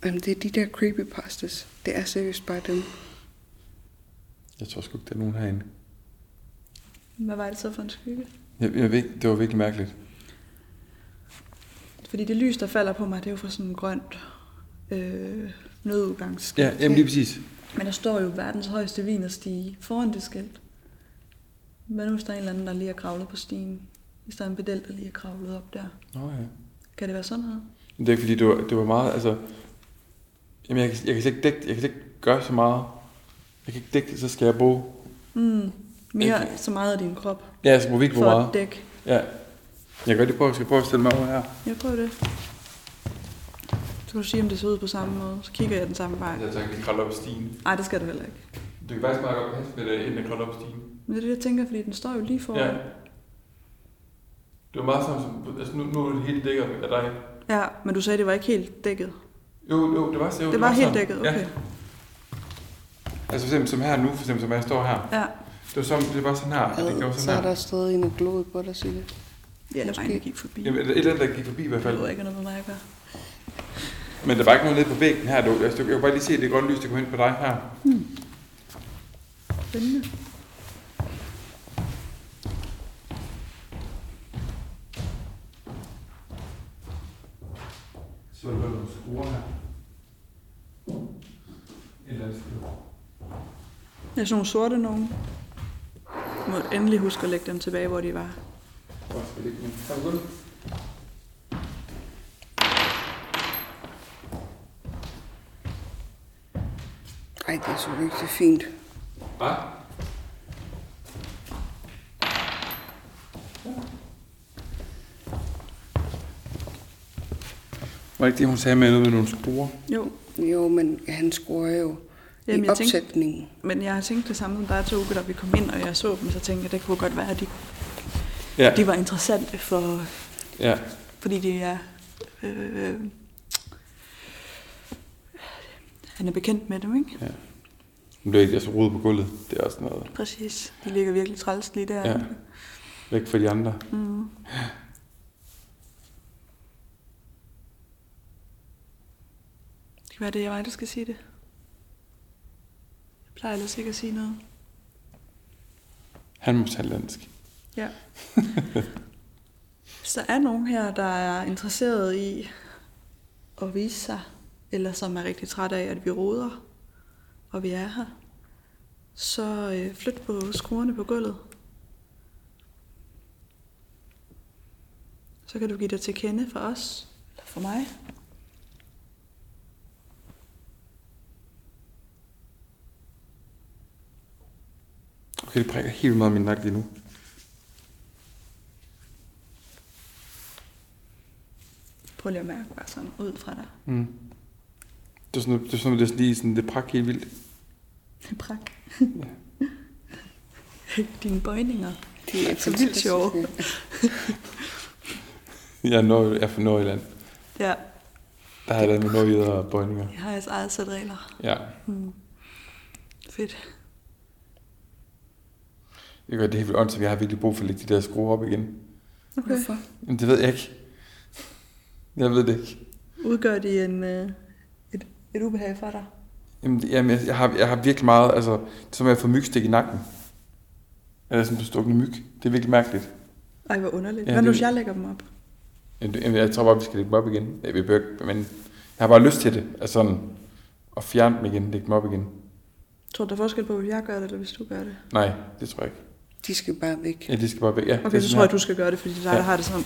Jamen, det er de der creepypastas. Det er seriøst bare dem. jeg tror sgu ikke, der er nogen herinde. Hvad var det så for en skygge? Jeg, jeg ved, ikke, det var virkelig mærkeligt. Fordi det lys, der falder på mig, det er jo fra sådan en grønt øh, nødudgangs. Ja, jamen lige præcis. Men der står jo verdens højeste vin at stige foran det skilt. Hvad nu hvis der er en eller anden, der lige er kravlet på stigen? Hvis der er en pedel, der lige er kravlet op der. Nå ja. Kan det være sådan noget? Men Det er ikke, fordi, det var, det var meget, altså... Jamen, jeg, kan- jeg, kan slet ikke dække, jeg kan slet ikke gøre så meget. Jeg kan ikke dække, så skal jeg bruge... Mm. Mere Ikke. så meget af din krop Ja, jeg skal bruge virkelig for bruge meget. at dække. Ja. Jeg kan godt lige prøve, jeg skal prøve at stille mig over her. Jeg prøver det. Så kan du sige, om det ser ud på samme måde. Så kigger jeg den samme vej. Jeg tænker, at kravle op stigen. Nej, det skal du heller ikke. Du kan faktisk meget godt passe med det, inden jeg kravler op stigen. Men det er det, jeg tænker, fordi den står jo lige foran. Ja. Det var meget samme som... Altså, nu, nu er det helt dækket af dig. ja men du sagde, det var ikke helt dækket. Jo, jo, det var, jo, Det var helt sådan. dækket, okay. Ja. Altså for eksempel som her nu, for eksempel som jeg står her. Ja. Det var, som, det var sådan her, at Ah, det gjorde Så sådan er her. der stadig en og gloet på dig, Sille. Ja, det var en, der Måske. gik forbi. Jamen, et eller andet, der gik forbi i hvert Det fald. ved jeg ikke noget med mig at gøre. Men der var ikke noget nede på væggen her. Du, altså, jeg kunne bare lige se, at det grønne lys, der kom ind på dig her. Hmm. Spændende. Så er der nogle skruer her. Et eller andet skruer. Ja, sådan nogle sorte nogen. Jeg må endelig huske at lægge dem tilbage, hvor de var. Hvor skal det ikke nu? Har du gulvet? Ej, det er selvfølgelig ikke så fint. Hvad? Var det ikke det, hun sagde med noget med nogle skruer? Jo, Jo, men han skruer jo Jamen, Jamen, i jeg tænkte- opsætningen. men jeg har tænkt det samme som dig til Uke, da vi kom ind, og jeg så dem, så tænkte jeg, det kunne godt være, at de, Ja, de var interessante, for, ja. fordi de er... Øh, han er bekendt med dem, ikke? Nu bliver ikke jeg så rodet på gulvet. Det er også noget Præcis. De ligger virkelig træls lige der. Ja. væk fra de andre. Mm. Det kan være, det er mig, der skal sige det. Jeg plejer ellers ikke at sige noget. Han må tale dansk. Ja. Hvis der er nogen her, der er interesseret i at vise sig, eller som er rigtig træt af, at vi roder, og vi er her, så øh, flyt på skruerne på gulvet. Så kan du give dig til kende for os, eller for mig. Okay, det prikker helt vildt meget i min nakke lige nu. Prøv lige at mærke bare sådan ud fra dig. Mm. Det er sådan, det er sådan, det er sådan lige sådan, det prak helt vildt. Prak. Dine bøjninger. Det er Så vildt sjovt. fantastiske. Jeg er, nord, jeg er fra Nordjylland. Ja, Der har jeg lavet med nordjyder og bøjninger. jeg har jeres eget sæt regler. Ja. Mm. Fedt. Jeg gør det helt vildt ondt, så jeg har virkelig brug for at lægge de der skruer op igen. Okay. Hvorfor? Jamen, det ved jeg ikke. Jeg ved det ikke. Udgør de en, øh, et, et ubehag for dig? Jamen, jamen jeg, jeg, har, jeg har virkelig meget, altså, det er som at få mygstik i nakken. Eller sådan en bestukket myg. Det er virkelig mærkeligt. Ej, hvor underligt. Ja, Hvad nu, det- hvis jeg lægger dem op? Jamen, det- jamen, Jeg tror bare, vi skal lægge dem op igen. Ja, Vi behøver, ikke- men jeg har bare lyst til det. Altså sådan, at fjerne dem igen, lægge dem op igen. Tror du, der er forskel på, hvis jeg gør det, eller hvis du gør det? Nej, det tror jeg ikke. De skal bare væk. Ja, de skal bare væk. Ja, det Okay, er så sådan tror jeg, her. du skal gøre det, fordi det er dig, Ja. der har det sådan.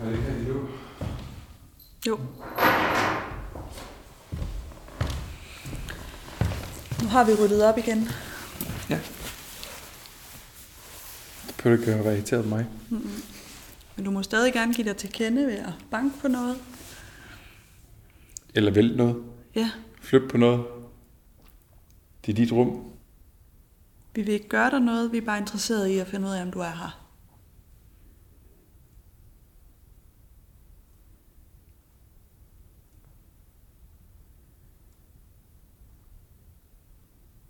Er det ikke her, de lå? Jo. Nu har vi ryddet op igen. Det behøver ikke at være irriteret på mig. Men du må stadig gerne give dig til kende ved at banke på noget. Eller vælte noget. Ja, Flytte på noget. Det er dit rum. vi vil ikke gøre dig noget. Vi er bare interesserede i at finde ud af, om du er her.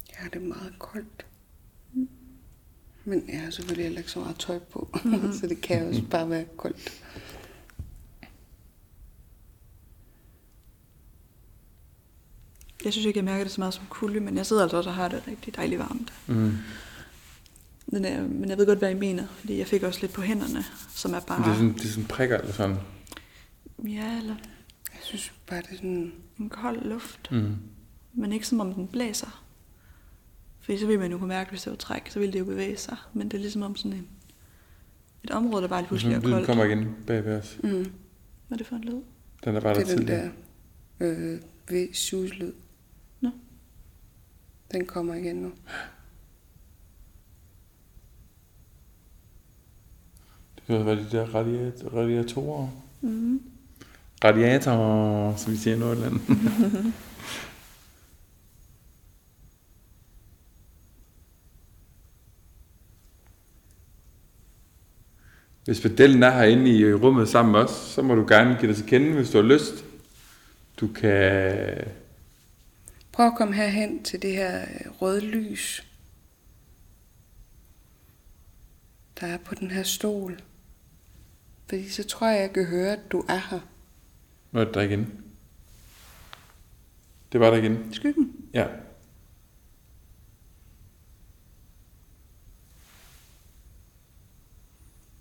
Jeg har det meget koldt. Men jeg har selvfølgelig heller ikke så meget tøj på, så det kan også bare være koldt. Jeg synes ikke, jeg mærker det så meget som kulde, men jeg sidder altså også og har det rigtig dejligt varmt. Mm. Men, øh, men jeg ved godt, hvad I mener, fordi jeg fik også lidt på hænderne, som er Men Det, er bare... sådan, det er sådan prikker eller sådan. Ja, eller Jeg synes bare, det er sådan... en kold luft, Mm. men ikke som om den blæser. Fordi så ville man jo kunne mærke, hvis det var træk, så ville det jo bevæge sig. Men det er ligesom om sådan en, et område, der bare lige Og pludselig sådan er Ligesom lyden koldt. kommer igen bagved os. Mm, Hvad er det for en lyd? Den er bare det der er den tidligere. der øh, ved suslyd. Nå. Den kommer igen nu. Det kan være de der radiat- radiatorer. Mhm. Mm. Radiatorer, som vi siger i Nordland. Hvis pedellen er herinde i rummet sammen med os, så må du gerne give dig til kende, hvis du har lyst. Du kan... Prøv at komme herhen til det her øh, røde lys, der er på den her stol. Fordi så tror jeg, jeg kan høre, at du er her. Nu er det der igen. Det var der igen. Skyggen. Ja.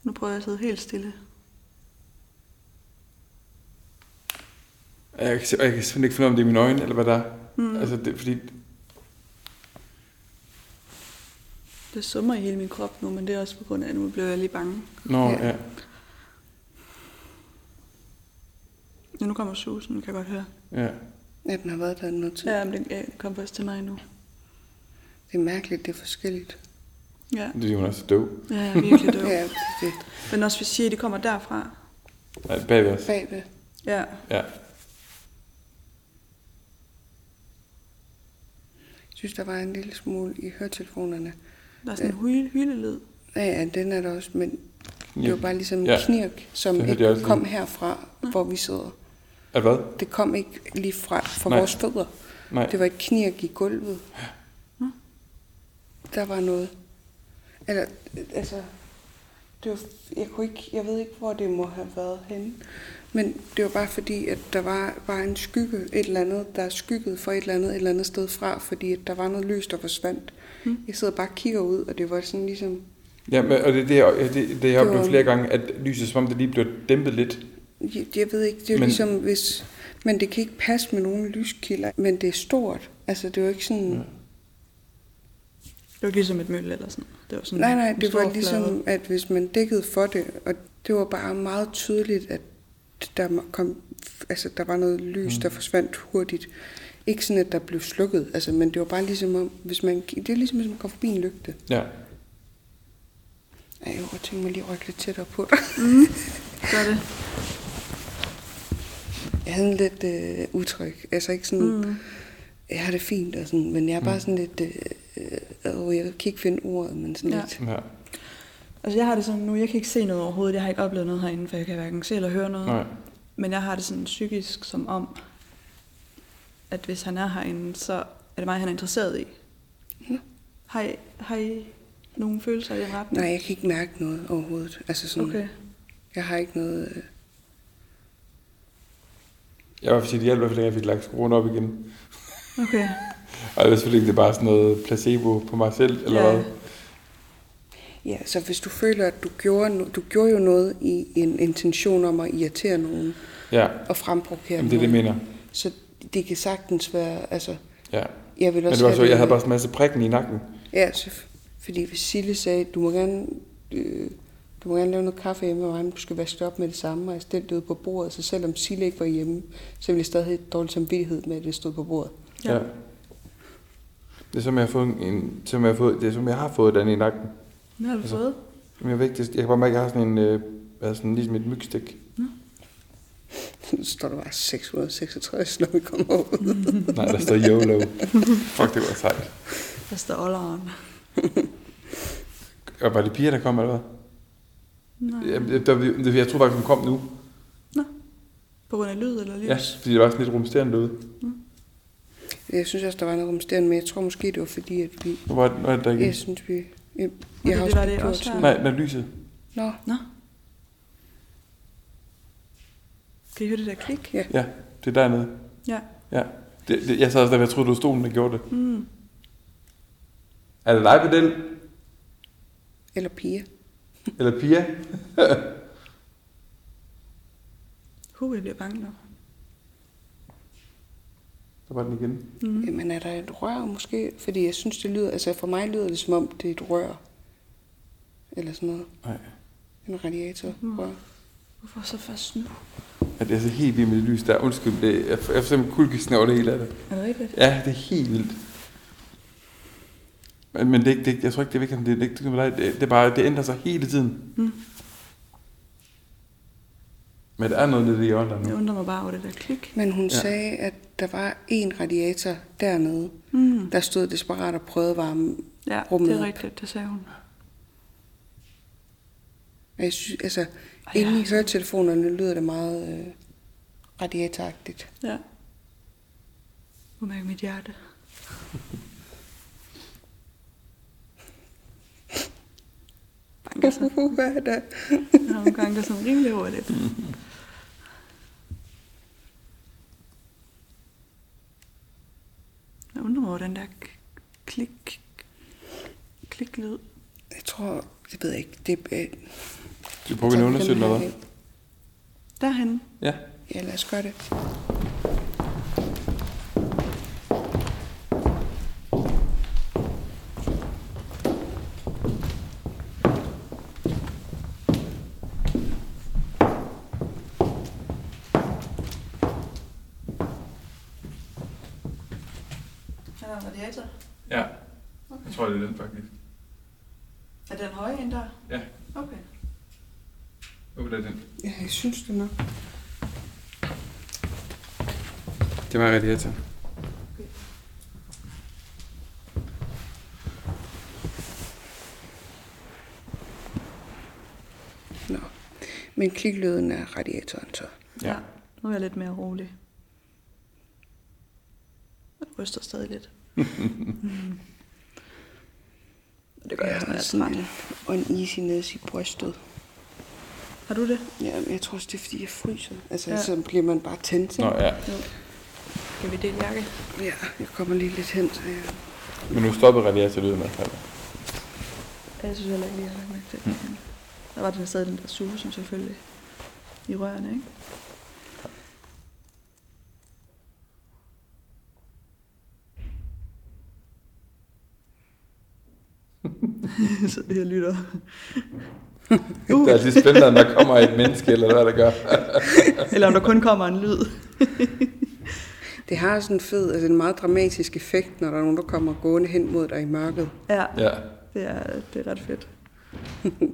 Nu prøver jeg at sidde helt stille. Jeg kan, og jeg kan simpelthen ikke finde ud af, om det er mine øjne, eller hvad der er. Mm. Altså, det, er fordi Det summer i hele min krop nu, men det er også på grund af, at nu blev jeg lige bange. Nå, Ja. ja. ja. Ja, nu kommer susen, kan jeg godt høre. ja. Ja, den har været der i noget tid. Ja, men den ja, den kom først til mig nu. Det er mærkeligt, det er forskelligt. Ja, Det er hun også døv. ja jeg er virkelig døv. Ja, det, det Men også hvis jeg siger, at det kommer derfra. Nej, bagved os. bagved. Ja, Ja. Jeg synes, der var en lille smule i høretelefonerne. der er sådan en hyl- hylelyd. Ja, ja, den er der også, men det Ja. var bare ligesom en Ja, knirk, som det hørte ikke jeg også kom lige. herfra, hvor vi sidder. Er hvad? Det kom ikke lige fra, fra Nej. vores fødder. Nej. Det var et knirk i gulvet. Der var noget. Eller, øh, altså, det var, jeg, kunne ikke, jeg ved ikke, hvor det må have været henne. Men det var bare fordi, at der var, var en skygge, et eller andet, der er skygget for et eller andet, et eller andet sted fra, fordi at der var noget lys, der forsvandt. Mm. Jeg sidder bare og kigger ud, og det var sådan ligesom, Ja, men, og det er det, jeg, det, det, det jeg var- oplevede flere gange, at lyset som om det lige bliver dæmpet lidt. jeg, jeg ved ikke, det er men, Men- ligesom hvis, men det kan ikke passe med nogle lyskilder, men det er stort. Altså, det var ikke sådan, ja. Det var ikke ligesom et møl eller sådan. Det var sådan Nej, nej, en det stor var ligesom, flade. at hvis man dækkede for det, og det var bare meget tydeligt, at der, kom, altså, der var noget lys, Mm. der forsvandt hurtigt. Ikke sådan, at der blev slukket, altså, men det var bare ligesom om, hvis man, det er ligesom, hvis man går forbi en lygte. Ja. Ej, jo, jeg tænker mig lige at rykke lidt tættere på dig. Gør det. Jeg havde en lidt øh, utryg, altså ikke sådan, mm. jeg har det fint, og sådan, men jeg Mm. er bare sådan lidt, øh, øh, åh, jeg kan ikke finde ordet, men sådan Ja. lidt. ja. Altså jeg har det sådan nu, jeg kan ikke se noget overhovedet. Jeg har ikke oplevet noget herinde, for jeg kan hverken se eller høre noget. Nej. Men jeg har det sådan psykisk som om, at hvis han er herinde, så er det mig, han er interesseret i. Har I, har I nogle følelser i den retning? Nej, jeg kan ikke mærke noget overhovedet. Altså sådan, Okay. jeg har ikke noget... Øh, Jeg vil sige, det hjalp i hvert fald, at jeg fik lagt skruen op igen. Okay. Og jeg ved selvfølgelig ikke, det er bare sådan noget placebo på mig selv, eller Ja. hvad? Ja, så hvis du føler, at du gjorde, no- du gjorde jo noget i en intention om at irritere nogen Ja, og fremprovokere Jamen, det er det, nogen, jeg mener. så det kan sagtens være, altså, Ja. jeg vil Men også det var så, have jeg havde bare sådan en masse prikken i nakken. Ja, så, f- fordi hvis Sille sagde, du må gerne, øh, du må gerne lave noget kaffe hjemme med mig, men du skal vaske det op med det samme, og jeg stillede det ude på bordet, så selvom Sille ikke var hjemme, så ville jeg stadig have dårlig samvittighed med, at det stod på bordet. Ja. Det er som, jeg har fået en, som jeg har fået, det er som, jeg har fået den i nakken. Hvad har du Altså- fået? Jamen, Jeg, ved ikke, det, jeg kan bare mærke, at jeg har sådan en, øh, altså sådan, ligesom et mygstik. Så står der bare 666, når vi kommer ud. Nej, der står YOLO. Fuck, det var sejt. Der står olderen. Og var det piger, der kom, eller hvad? Nej. Jeg, jeg, der, jeg tror faktisk, hun kom nu. På grund af lyd eller lys? Ja, fordi det var sådan lidt rumsterende derude. Jeg synes også, der var noget rumsterende, men jeg tror måske, det var fordi, at vi... Nu var det, nu er det der igen. Jeg synes, vi... Jeg, det jeg har var også det gjort også sådan- her. Nej, når lyset. Nå, Kan I høre det der klik? Ja. Ja, det er dernede. Ja. Ja. Det, det, jeg sad også der, jeg troede, det var stolen, der gjorde det. Mm. Er det dig, Bedel? eller piger. Eller Pia? Håber, jeg bliver bange nu. Der var den igen. Mm. Jamen er der et rør måske? Fordi jeg synes, det lyder... Altså for mig lyder det som om, det er et rør. Eller sådan noget. Nej. En radiator. Mm. Rør. Hvorfor så først nu? Ja, det er så helt vildt med det lys der. Undskyld, det, jeg, får- jeg får simpelthen kulkesen over det hele af det. Er det rigtigt? Ja, det er helt vildt. Men, men det, er ikke- det, er ikke- jeg tror ikke, det er vigtigt, om det er ikke med dig. Det, det, er bare, det ændrer sig hele tiden. Mm. Men der er noget nede i hjørnet der Jeg nu. undrer mig bare over det der klik. Men hun Ja. ja. sagde, at der var en radiator dernede, Mm. der stod desperat og prøvede varmen. Ja, Rummet det er op. rigtigt, det sagde hun. Og jeg synes, altså, Ej, inde i ja. høretelefonerne lyder det meget øh, radiatoragtigt. Ja. Hun mærker mit hjerte. Banker sådan. Hvad er det? Jeg har nogle gange, der sådan rimelig hurtigt. Jeg undrer mig over den der k- klik, kliklyd. Jeg tror, det ved jeg ikke. Det, øh, Du prøver at undersøge den her noget. del. Derhen. Ja. Ja, lad os gøre det. Er der en radiator? Ja. Jeg tror, det er den faktisk. Er den høje end der? Ja. Okay. Åh, det er den. Ja, jeg synes det nok. Det var radiator. Nå. Men kliklyden er radiatoren så. Ja. Nu er jeg lidt mere rolig. Jeg ryster stadig lidt. Mm. Det gør jeg også, når jeg er sådan træt. en uneasiness i brystet. Har du det? Ja, men jeg tror også, det er, fordi jeg fryser. Altså, Ja. ja. så bliver man bare tændt. Nå, ikke? ja. Kan vi dele jakke? Ja, jeg kommer lige lidt hen, så jeg... Men nu stoppede radiatorlyden i hvert fald. Ja, Jeg synes heller ikke, lige, jeg har lagt mærke til det. Der var den stadig den der susen selvfølgelig i rørene, ikke? så det her lytter. Uh, Det er altid spændende, om der kommer et menneske, eller hvad der gør. Eller om der kun kommer en lyd. Det har sådan en fed, altså en meget dramatisk effekt, når der er nogen, der kommer gående hen mod dig i mørket. Ja, Ja. det er, det er ret fedt.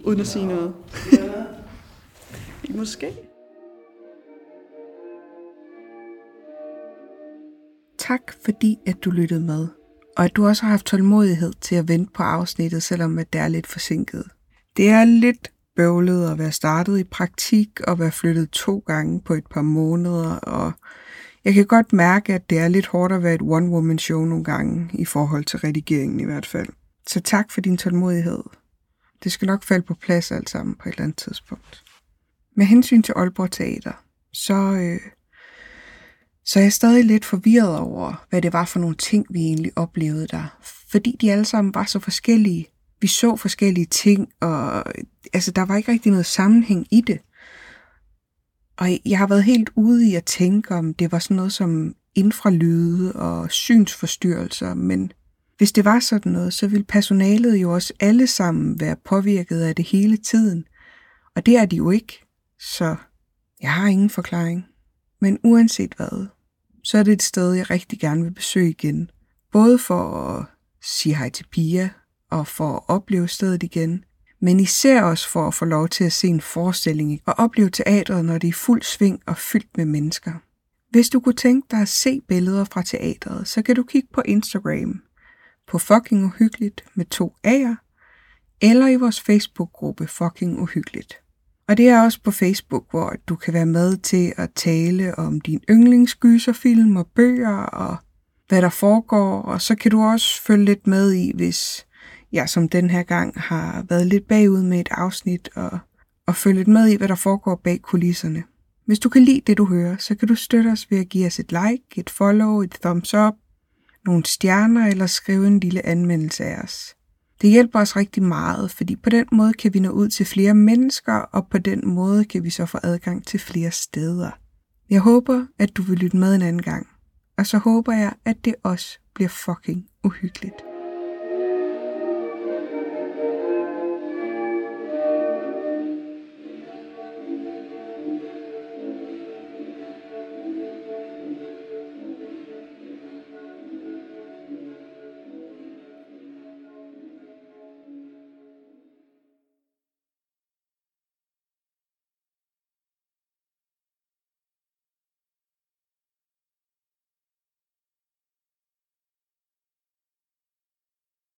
Uden at sige noget. Måske. Tak fordi, at du lyttede med, og at du også har haft tålmodighed til at vente på afsnittet, selvom at det er lidt forsinket. Det er lidt bøvlet at være startet i praktik og være flyttet to gange på et par måneder, og jeg kan godt mærke, at det er lidt hårdt at være et one-woman-show nogle gange, i forhold til redigeringen i hvert fald. Så tak for din tålmodighed. Det skal nok falde på plads alt sammen på et eller andet tidspunkt. Med hensyn til Aalborg Teater, så, øh, så er jeg stadig lidt forvirret over, hvad det var for nogle ting, vi egentlig oplevede der. Fordi de alle sammen var så forskellige. Vi så forskellige ting, og øh, altså, der var ikke rigtig noget sammenhæng i det. Og jeg har været helt ude i at tænke, om det var sådan noget som infralyde og synsforstyrrelser, men hvis det var sådan noget, så ville personalet jo også alle sammen være påvirket af det hele tiden. Og det er de jo ikke, så jeg har ingen forklaring. Men uanset hvad, så er det et sted, jeg rigtig gerne vil besøge igen. Både for at sige hej til Pia, og for at opleve stedet igen, men især også for at få lov til at se en forestilling og opleve teatret, når det er i fuld sving og fyldt med mennesker. Hvis du kunne tænke dig at se billeder fra teatret, så kan du kigge på Instagram på fucking uhyggeligt med to A'er, eller i vores Facebook-gruppe fucking uhyggeligt. Og det er også på Facebook, hvor du kan være med til at tale om din yndlingsgyserfilm og bøger og hvad der foregår, og så kan du også følge lidt med i, hvis jeg som den her gang har været lidt bagud med et afsnit og, og følge lidt med i, hvad der foregår bag kulisserne. Hvis du kan lide det, du hører, så kan du støtte os ved at give os et like, et follow, et thumbs up, nogle stjerner eller skrive en lille anmeldelse af os. Det hjælper os rigtig meget, fordi på den måde kan vi nå ud til flere mennesker, og på den måde kan vi så få adgang til flere steder. Jeg håber, at du vil lytte med en anden gang, og så håber jeg, at det også bliver fucking uhyggeligt.